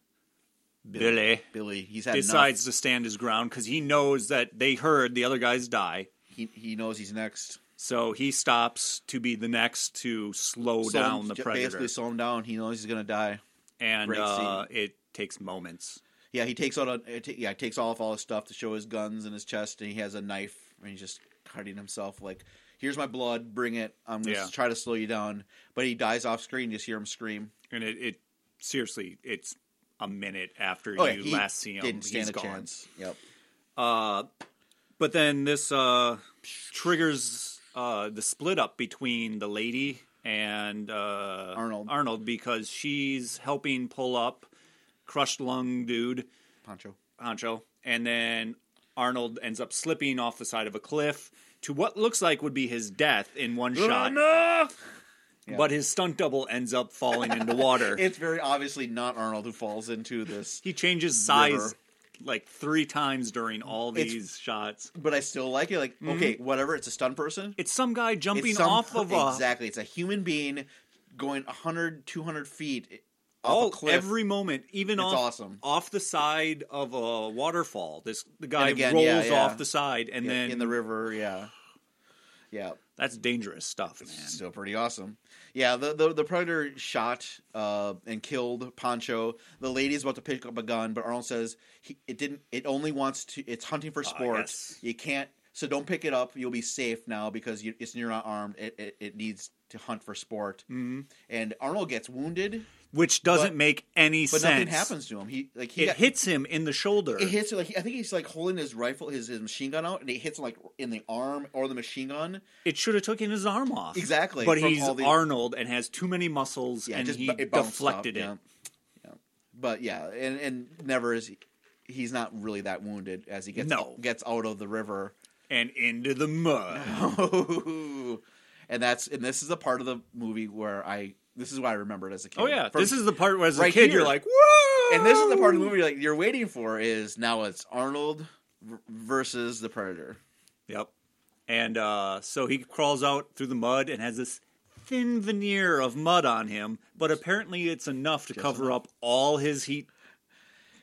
B: Billy
A: Billy, he's had enough.
B: decides to stand his ground because he knows that they heard the other guys die.
A: he he knows he's next.
B: So he stops to be the next to slow
A: Slow him-
B: down the
A: ju-
B: predator,
A: Basically, slow him down. He knows he's gonna die.
B: and
A: Great
B: uh, it takes moments.
A: Yeah, he takes out. A, t- yeah, he takes off all his stuff to show his guns and his chest, and he has a knife, and he's just cutting himself. Like, here's my blood, bring it. I'm gonna
B: Yeah.
A: try to slow you down, but he dies off screen. You just hear him scream.
B: and it, it seriously, it's a minute after
A: Oh, yeah,
B: you
A: he
B: last see him.
A: didn't stand
B: he's
A: a
B: gone.
A: chance. Yep.
B: Uh, But then this uh, triggers uh, the split up between the lady and uh,
A: Arnold.
B: Arnold because she's helping pull up crushed lung dude
A: Poncho.
B: Honcho, and then Arnold ends up slipping off the side of a cliff to what looks like would be his death in one shot.
C: no!
B: But his stunt double ends up falling into water.
A: It's very obviously not Arnold who falls into this,
B: he changes size
A: River.
B: like three times during all
A: It's-
B: these shots.
A: but I still like it. Like,
B: Mm-hmm.
A: okay, whatever. It's a stunt person.
B: It's some guy jumping
A: some
B: off
A: per-
B: of a
A: exactly. It's a human being going 100, 200 feet off
B: all
A: a cliff.
B: every moment, even
A: It's
B: off
A: awesome.
B: off the side of a waterfall. This the guy
A: And again,
B: rolls
A: yeah, yeah.
B: off the side, and then
A: in the river. Yeah, yeah.
B: that's dangerous stuff, man.
A: Still pretty awesome. Yeah, the the, the predator shot uh, and killed Pancho. The lady's about to pick up a gun, but Arnold says he, it didn't. It only wants to. It's hunting for sport.
B: Ah, yes.
A: You can't. So don't pick it up. You'll be safe now because you, it's you're not armed. It, it, it needs to hunt for sport. Mm-hmm. And Arnold gets wounded,
B: Which doesn't
A: But-
B: make any
A: but
B: sense.
A: nothing happens to him. He like he
B: It
A: got-
B: hits him in the shoulder.
A: It hits like I think he's like holding his rifle, his, his machine gun out, and it hits him, like in the arm or the machine gun.
B: It should have taken his arm off.
A: Exactly,
B: But
A: from
B: he's
A: all the-
B: Arnold and has too many muscles,
A: Yeah,
B: and
A: just
B: he
A: bu- it bounced
B: deflected
A: off,
B: it.
A: Yeah. Yeah. But yeah, and and never is he's not really that wounded as he gets
B: No.
A: gets out of the river.
B: and into the mud.
A: and that's and this is the part of the movie where I this is why I remember it as a kid.
B: Oh yeah,
A: From-
B: this is the part where as a
A: right
B: kid
A: here.
B: you're like, whoa!
A: and this is the part of the movie like you're waiting for is now it's Arnold v- versus the predator.
B: Yep. And uh, so he crawls out through the mud and has this thin veneer of mud on him, but apparently it's enough to cover up all his heat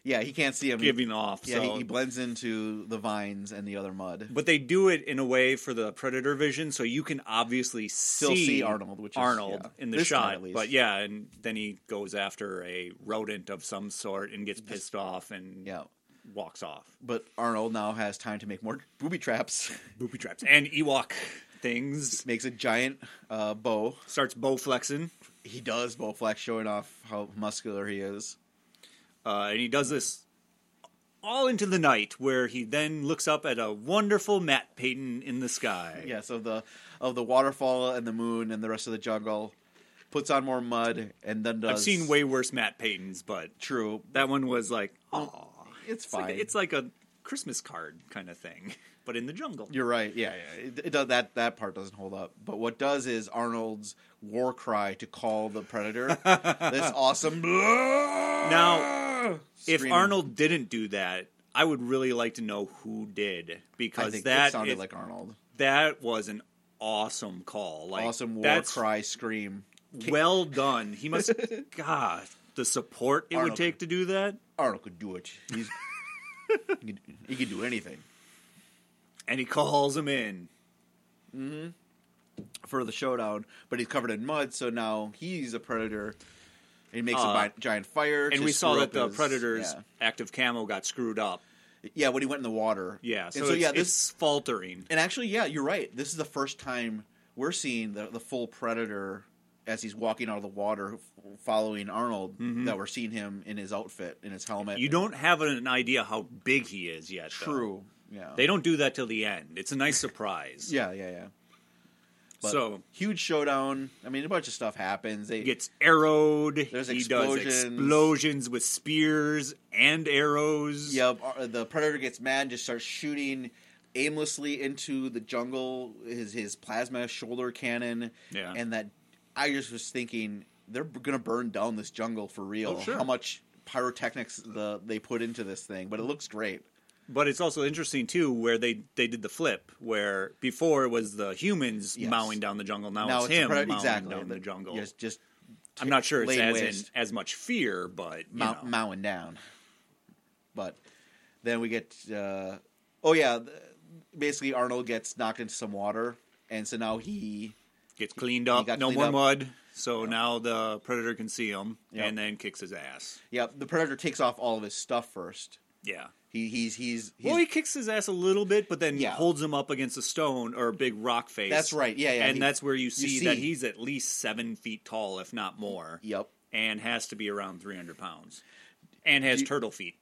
A: Yeah, he can't see him
B: giving off.
A: Yeah,
B: so.
A: he, he blends into the vines and the other mud.
B: but they do it in a way for the predator vision, so you can obviously
A: Still see Arnold, which is-
B: Arnold
A: yeah,
B: in the
A: this time
B: shot.
A: at least.
B: But yeah, and then he goes after a rodent of some sort and gets pissed off and
A: Yeah.
B: walks off.
A: But Arnold now has time to make more booby traps.
B: Booby traps and Ewok things
A: Makes a giant uh, bow.
B: starts bow flexing.
A: He does bow flex, showing off how muscular he is.
B: Uh, and he does this all into the night, where he then looks up at a wonderful Matt Payton in the sky.
A: Yes, of the of the waterfall and the moon and the rest of the jungle. Puts on more mud and then does.
B: I've seen way worse Matt Paytons, but
A: True,
B: that one was like, oh,
A: it's
B: it's, like
A: fine.
B: a, it's like a Christmas card kind of thing, but in the jungle.
A: You're right. Yeah, yeah. It, it does, that that part doesn't hold up. But what does is Arnold's war cry to call the predator. this awesome.
B: Now,
A: Ah!
B: if
A: Screaming.
B: Arnold didn't do that, I would really like to know who did
A: I
B: because
A: think
B: that
A: it sounded
B: is-
A: like Arnold.
B: that was an awesome call. Like
A: awesome war
B: that's
A: cry scream.
B: Well done. He must God the support it would
A: Arnold.
B: take to do that.
A: Arnold could do it. He's he, could, he could do anything
B: And he calls him in.
A: for the showdown, but he's covered in mud, so now he's a predator. He makes a
B: Uh,
A: bi- giant fire,
B: And
A: to
B: we saw
A: screw
B: that
A: up
B: the
A: his-
B: Predator's
A: Yeah.
B: active camo got screwed up.
A: Yeah, when he went in the water.
B: Yeah.
A: And
B: So,
A: so,
B: it's,
A: yeah, this
B: it's faltering.
A: and actually, yeah, you're right. This is the first time we're seeing the the full predator as he's walking out of the water, f- following Arnold. That we're seeing him in his outfit, in his helmet.
B: Mm-hmm. You don't have an idea how big he is yet. though.
A: true. Yeah.
B: They don't do that till the end. It's a nice surprise.
A: yeah. Yeah. Yeah. But
B: So-
A: huge showdown. I mean, a bunch of stuff happens. They
B: He gets arrowed.
A: There's
B: he does
A: explosions.
B: explosions with spears and arrows.
A: Yeah, uh, the predator gets mad and just starts shooting aimlessly into the jungle. His his plasma shoulder cannon.
B: Yeah.
A: and that I just was thinking they're b- gonna burn down this jungle for real.
B: Oh, sure.
A: How much pyrotechnics the they put into this thing, but it looks great.
B: But it's also interesting too, where they they did the flip, where before it was the humans
A: Yes.
B: mowing down the jungle, now,
A: now
B: Oh, it's, him
A: the predator,
B: mowing
A: exactly
B: down the,
A: the-
B: jungle.
A: Just just
B: I'm not sure it's
A: laying
B: as
A: waste.
B: in, as much fear, but you
A: mow-
B: know.
A: mowing down. But then we get, uh, oh yeah, th- basically Arnold gets knocked into some water, and so now he
B: gets cleaned up.
A: got
B: No
A: cleaned
B: more
A: up.
B: mud. So now the predator can see him
A: Yep.
B: and then kicks his ass.
A: Yeah, the predator takes off all of his stuff first.
B: Yeah.
A: He he's he's, he's
B: Well, he kicks his ass a little bit, but then
A: Yeah.
B: holds him up against a stone or a big rock face.
A: That's right. Yeah, yeah.
B: And
A: He-
B: that's where you see, that
A: see.
B: he's at least seven feet tall, if not more.
A: yep,
B: And has to be around 300 pounds. And has
A: You-
B: turtle feet.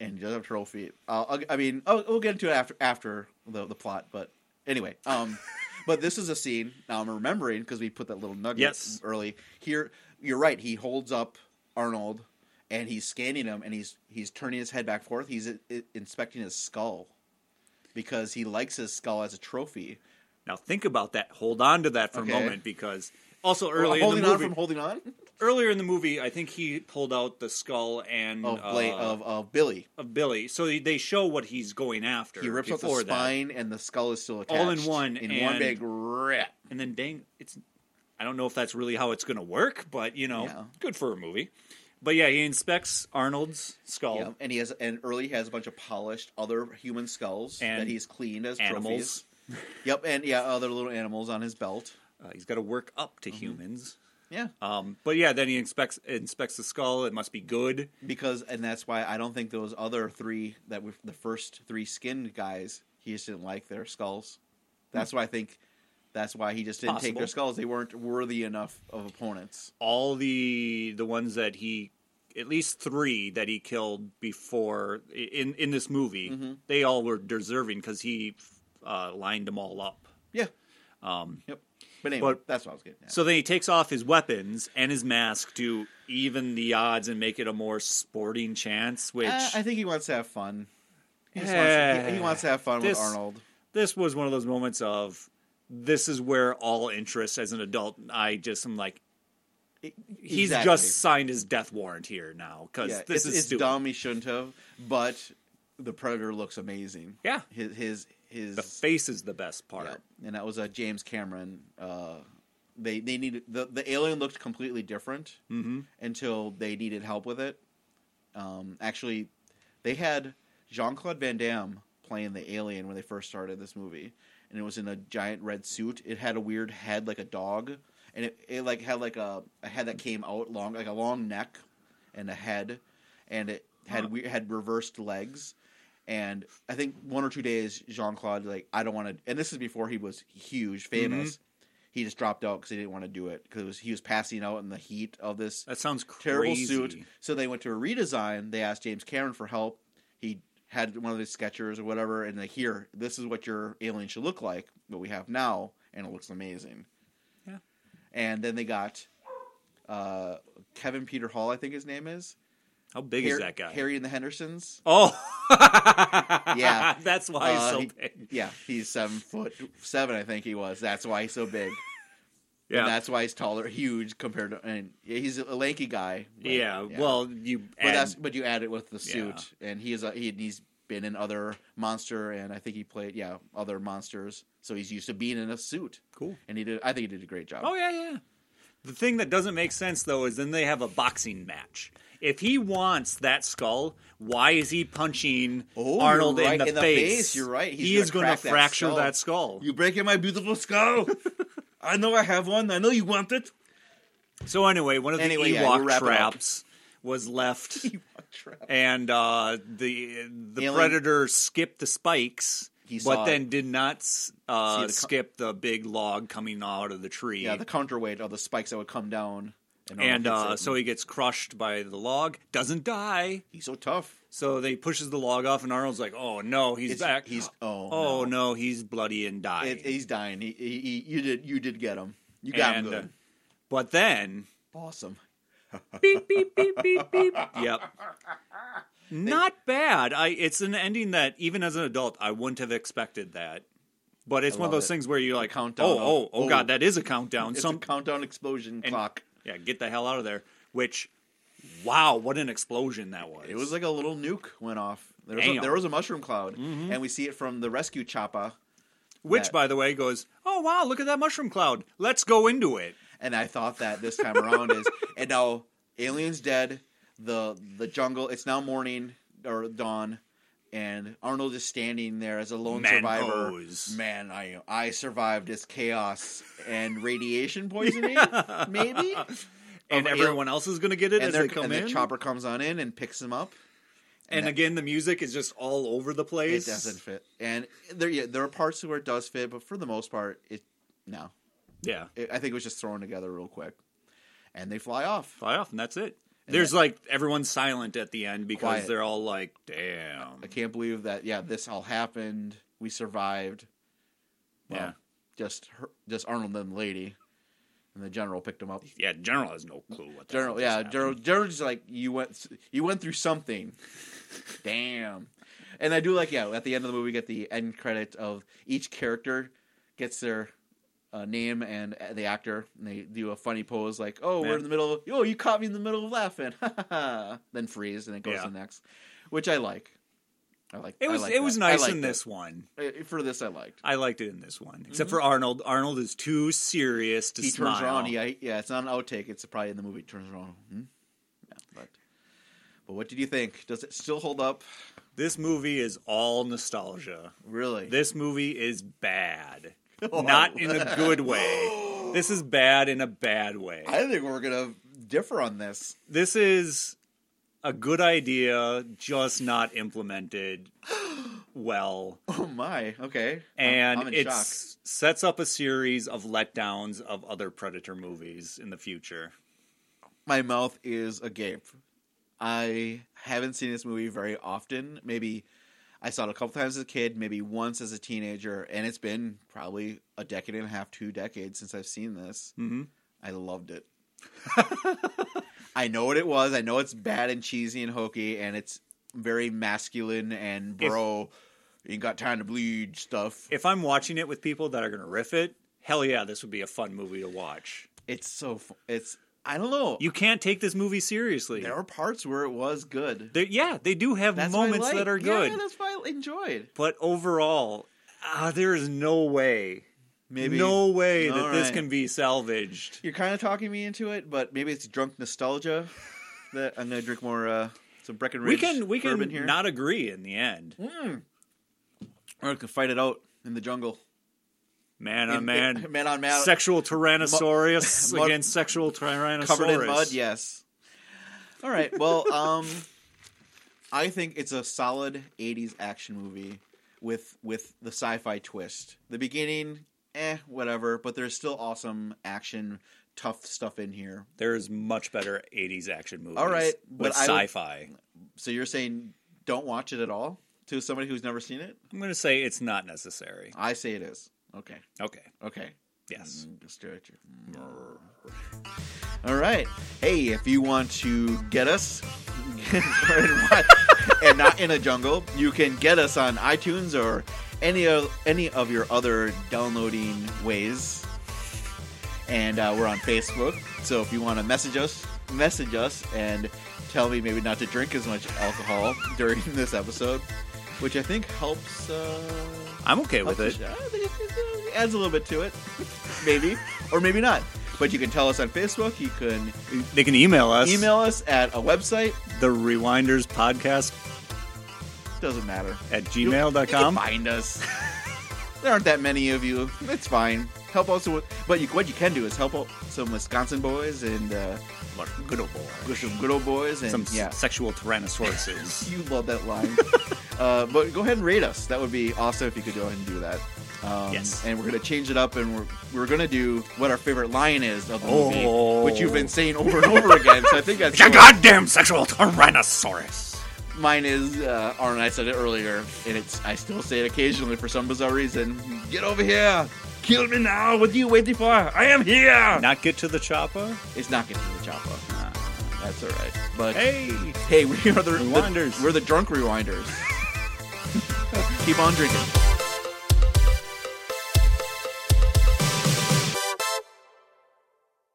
A: and he does have turtle feet. Uh, I'll- I mean, oh, we'll get into it after after the the plot, but anyway, um, but this is a scene now I'm remembering because we put that little nugget
B: Yes.
A: early. Here, you're right. He holds up Arnold, and he's scanning him, and he's he's turning his head back and forth. He's i i- inspecting his skull because he likes his skull as a trophy.
B: Now think about that. Hold on to that for
A: Okay.
B: a moment because also early in
A: holding
B: the
A: on
B: movie,
A: from holding on
B: earlier in the movie, I think he pulled out the skull and
A: of, Bla-
B: uh,
A: of of Billy.
B: of Billy. So they- they show what he's going after.
A: He rips out the
B: before that.
A: spine, and the skull is still attached.
B: All in one,
A: in one
B: and-
A: big rip.
B: and then dang it's i don't know if that's really how it's going to work but you know
A: Yeah.
B: good for a movie but yeah he inspects arnold's skull
A: Yeah, Um, and he has and early he has a bunch of polished other human skulls
B: And
A: that he's cleaned as
B: animals
A: trophies. Yep, and yeah, other little animals on his belt.
B: uh, he's got to work up
A: Mm-hmm.
B: to humans
A: Yeah,
B: um, but yeah then he inspects inspects the skull it must be good
A: because and that's why I don't think those other three that were the first three skinned guys he just didn't like their skulls. That's why I think that's why he just didn't take their
B: Possible.
A: skulls. They weren't worthy enough of opponents.
B: all the the ones that he at least three that he killed before in in this movie
A: Mm-hmm.
B: they all were deserving because he uh, lined them all up
A: Yeah. Um. Yep. But anyway,
B: but-
A: that's what I was getting. At.
B: So then he takes off his weapons and his mask to even the odds and make it a more sporting chance, which
A: Uh, I think he wants to have fun. He, just wants,
B: Yeah.
A: he, he wants to have fun
B: This-
A: with Arnold.
B: this was one of those moments of this is where all interest as an adult, I just am like, he's
A: Exactly.
B: just signed his death warrant here now because
A: Yeah,
B: this
A: it's,
B: is
A: it's
B: stupid.
A: dumb. He shouldn't have. But the Predator looks amazing.
B: Yeah.
A: his his his.
B: The face is the best part.
A: yeah. And that was a James Cameron. Uh, they they needed the the alien looked completely different
B: Mm-hmm.
A: until they needed help with it. Um, actually, they had Jean Claude Van Damme playing the alien when they first started this movie, and it was in a giant red suit. It had a weird head like a dog, and it, it like had like a, a head that came out long, like a long neck and a head, and it had we had reversed legs. And I think one or two days, Jean Claude like I don't want to. And this is before he was huge, famous. He just dropped out because he didn't want to do it because he was passing out in the heat of this
B: That sounds crazy.
A: terrible suit. So they went to a redesign. They asked James Cameron for help. He had one of the sketchers or whatever, and they here, this is what your alien should look like, what we have now, and it looks amazing.
B: Yeah.
A: And then they got uh, Kevin Peter Hall, I think his name is.
B: How big is
A: Har-
B: that guy?
A: Harry and the Hendersons.
B: oh,
A: Yeah.
B: that's why Oh, he's
A: Uh,
B: so
A: he-
B: big.
A: Yeah, he's seven foot seven, I think he was. That's why he's so big.
B: Yeah,
A: And that's why he's taller, huge compared to, and he's a lanky guy. but-
B: yeah. Well, you
A: But
B: add-
A: that's but you add it with the
B: Yeah.
A: suit, and he is a, he he's been in other monster, and I think he played yeah other monsters, so he's used to being in a suit.
B: Cool.
A: And he did. I think he did a great job.
B: Oh yeah, yeah. The thing that doesn't make sense though is then they have a boxing match. If he wants that skull, why is he punching
A: Oh,
B: Arnold
A: you're right,
B: in, the
A: in the
B: face?
A: face, you're right. He's
B: he
A: gonna
B: is going to
A: crack that
B: fracture
A: skull.
B: that skull.
A: You breaking my beautiful skull.
C: I know I have one. I know you want it.
B: So anyway, one of the
A: Anyway, yeah, we'll
B: Ewok
A: wrap it up.
B: traps was left, and uh, the the
A: Alien-
B: predator skipped the spikes.
A: He
B: but
A: saw it.
B: then did not uh,
A: See the co-
B: skip the big log coming out of the tree.
A: yeah, the counterweight of the spikes that would come down,
B: and
A: Arnold
B: uh,
A: hits it.
B: so he gets crushed by the log. Doesn't die.
A: he's so tough.
B: So they pushes the log off, and Arnold's like, "Oh no, he's
A: It's-
B: back.
A: he's- oh,
B: oh no. he's bloody and dying."
A: It, he's dying. He, he, he you did you did get him. You got
B: And,
A: him
B: uh,
A: good.
B: but then,
A: awesome.
B: beep beep beep beep beep. Yep. Not bad. I. It's an ending that even as an adult, I wouldn't have expected that. But it's one of
A: love
B: those
A: it.
B: things where you're like,
A: countdown
B: Oh,
A: of-
B: oh, oh,
A: oh.
B: God, that is a countdown.
A: It's
B: Some
A: a countdown explosion clock.
B: yeah, get the hell out of there. Which, wow, what an explosion that was.
A: It was like a little nuke went off. There was, a,
B: Damn. Mm-hmm.
A: there was a mushroom cloud, and we see it from the rescue choppa.
B: which,
A: that-
B: by the way, goes, oh wow, look at that mushroom cloud. Let's go into it.
A: And I thought that this time around is, and now aliens dead. The the jungle. It's now morning or dawn, and Arnold is standing there as a lone
B: Man
A: survivor.
B: pose.
A: Man, I I survived this chaos and radiation poisoning, maybe.
B: and
A: Of al-
B: everyone else is going to get it
A: and,
B: as they
A: they're-
B: come
A: and
B: in.
A: the chopper comes on in and picks him up.
B: and
A: that-
B: again, the music is just all over the
A: It
B: place.
A: doesn't fit, and there yeah, there are parts where it does fit, but for the most part, it no.
B: Yeah,
A: It, I think it was just thrown together real quick, and they fly off.
B: fly off, and that's it. There's like everyone's silent at the end because
A: Quiet.
B: they're all like, "Damn."
A: I can't believe that. Yeah, this all happened. We survived. Well,
B: Yeah.
A: just her, just Arnold and the lady, and the general picked him up.
B: Yeah, General has no clue what. The hell
A: General,
B: just
A: yeah,
B: happened.
A: General, General's like you went you went through something. Damn. And I do like yeah. At the end of the movie, we get the end credit of each character gets their. Uh, name and uh, the actor, and they do a funny pose like, "Oh,
B: Yeah.
A: we're in the middle. Oh, you caught me in the middle of laughing." then freeze, and it goes
B: Yeah.
A: to the next, which I like. I like.
B: It
A: I
B: was
A: like
B: it was
A: that. I
B: nice
A: liked
B: in
A: it.
B: this one.
A: Uh, for this I liked.
B: I liked it in this one, except for Arnold. Arnold is too serious to
A: Mm-hmm. He
B: smile.
A: turns around. Yeah, he- yeah. It's not an outtake. It's probably in the movie. He turns around. Hmm? Yeah, but but what did you think? Does it still hold up?
B: This movie is all nostalgia.
A: Really?
B: This movie is bad, not in a good way. This is bad in a bad way.
A: I think we're gonna differ on this.
B: this is a good idea, just not implemented well.
A: Oh my. Okay. I'm- I'm
B: And
A: in
B: it
A: shock.
B: sets up a series of letdowns of other Predator movies in the future.
A: My mouth is agape. I haven't seen this movie very often. Maybe I saw it a couple times as a kid, maybe once as a teenager, and it's been probably a decade and a half, two decades since I've seen this.
B: Mm-hmm.
A: I loved it. I know what it was. I know it's bad and cheesy and hokey, and it's very masculine and bro. you ain't got time to bleed stuff.
B: If I'm watching it with people that are going to riff it, hell yeah, this would be a fun movie to watch.
A: It's so. fu- It's I don't know.
B: You can't take this movie seriously.
A: there are parts where it was good.
B: They- yeah, they do have
A: That's what I
B: moments that
A: like.
B: are good,
A: Yeah, that's why I enjoyed.
B: but overall, ah, there is no way,
A: Maybe
B: no way that
A: All
B: this
A: right.
B: can be salvaged.
A: You're kind of talking me into it, but maybe it's drunk nostalgia. that I'm gonna drink more. uh Some Breckenridge.
B: we can we can
A: bourbon here.
B: not agree in the end.
A: Or we can fight it out in the jungle.
B: Man on
A: In-
B: man,
A: man on man.
B: sexual tyrannosaurus
A: Mud-
B: against sexual tyrannosaurus.
A: covered in mud. Yes. All right. Well, um, I think it's a solid '80s action movie with with the sci-fi twist. The beginning, eh, whatever, but there's still awesome action, tough stuff in here.
B: There's much better '80s action movies.
A: All right,
B: with
A: but I would-
B: sci-fi.
A: So you're saying don't watch it at all to somebody who's never seen it?
B: I'm going to say it's not necessary.
A: I say it is. Okay.
B: Okay.
A: Okay.
B: Yes.
A: Mm, Just do it. All right. Hey, if you want to get us and watch- and not in a jungle, you can get us on iTunes or any of, any of your other downloading ways. And uh, we're on Facebook. So if you want to message us, message us and tell me maybe not to drink as much alcohol during this episode, which I think helps. Uh,
B: I'm okay with
A: Helps
B: it.
A: the show. I think it- it adds a little bit to it, maybe or maybe not. But you can tell us on Facebook. You can
B: They can email us.
A: email us at a website.
B: the Rewinders Podcast
A: Doesn't matter.
B: at
A: You- you can
B: gmail.com.
A: Find us. there aren't that many of you. It's fine. Help us with, but you, what you can do is help out some Wisconsin boys and uh,
B: Good old boy.
A: some good old boys and
B: Some s-
A: yeah,
B: sexual tyrannosauruses.
A: you love that line. uh, but go ahead and rate us. That would be awesome if you could go ahead and do that. Um,
B: Yes.
A: And we're gonna change it up, and we're we're gonna do what our favorite line is of the
B: Oh.
A: movie, which you've been saying over and over again. So I think that's
B: you
A: cool.
B: goddamn sexual tyrannosaurus.
A: mine is. Uh, Arn and I said it earlier, and it's I still say it occasionally for some bizarre reason. Get over here!
C: Kill me now. What are you waiting for? I am here.
B: Not get to the chopper?
A: It's not getting to the chopper. That's all right. But hey,
B: Hey!
A: we are the
B: Rewinders.
A: The, we're the drunk rewinders. Keep on drinking.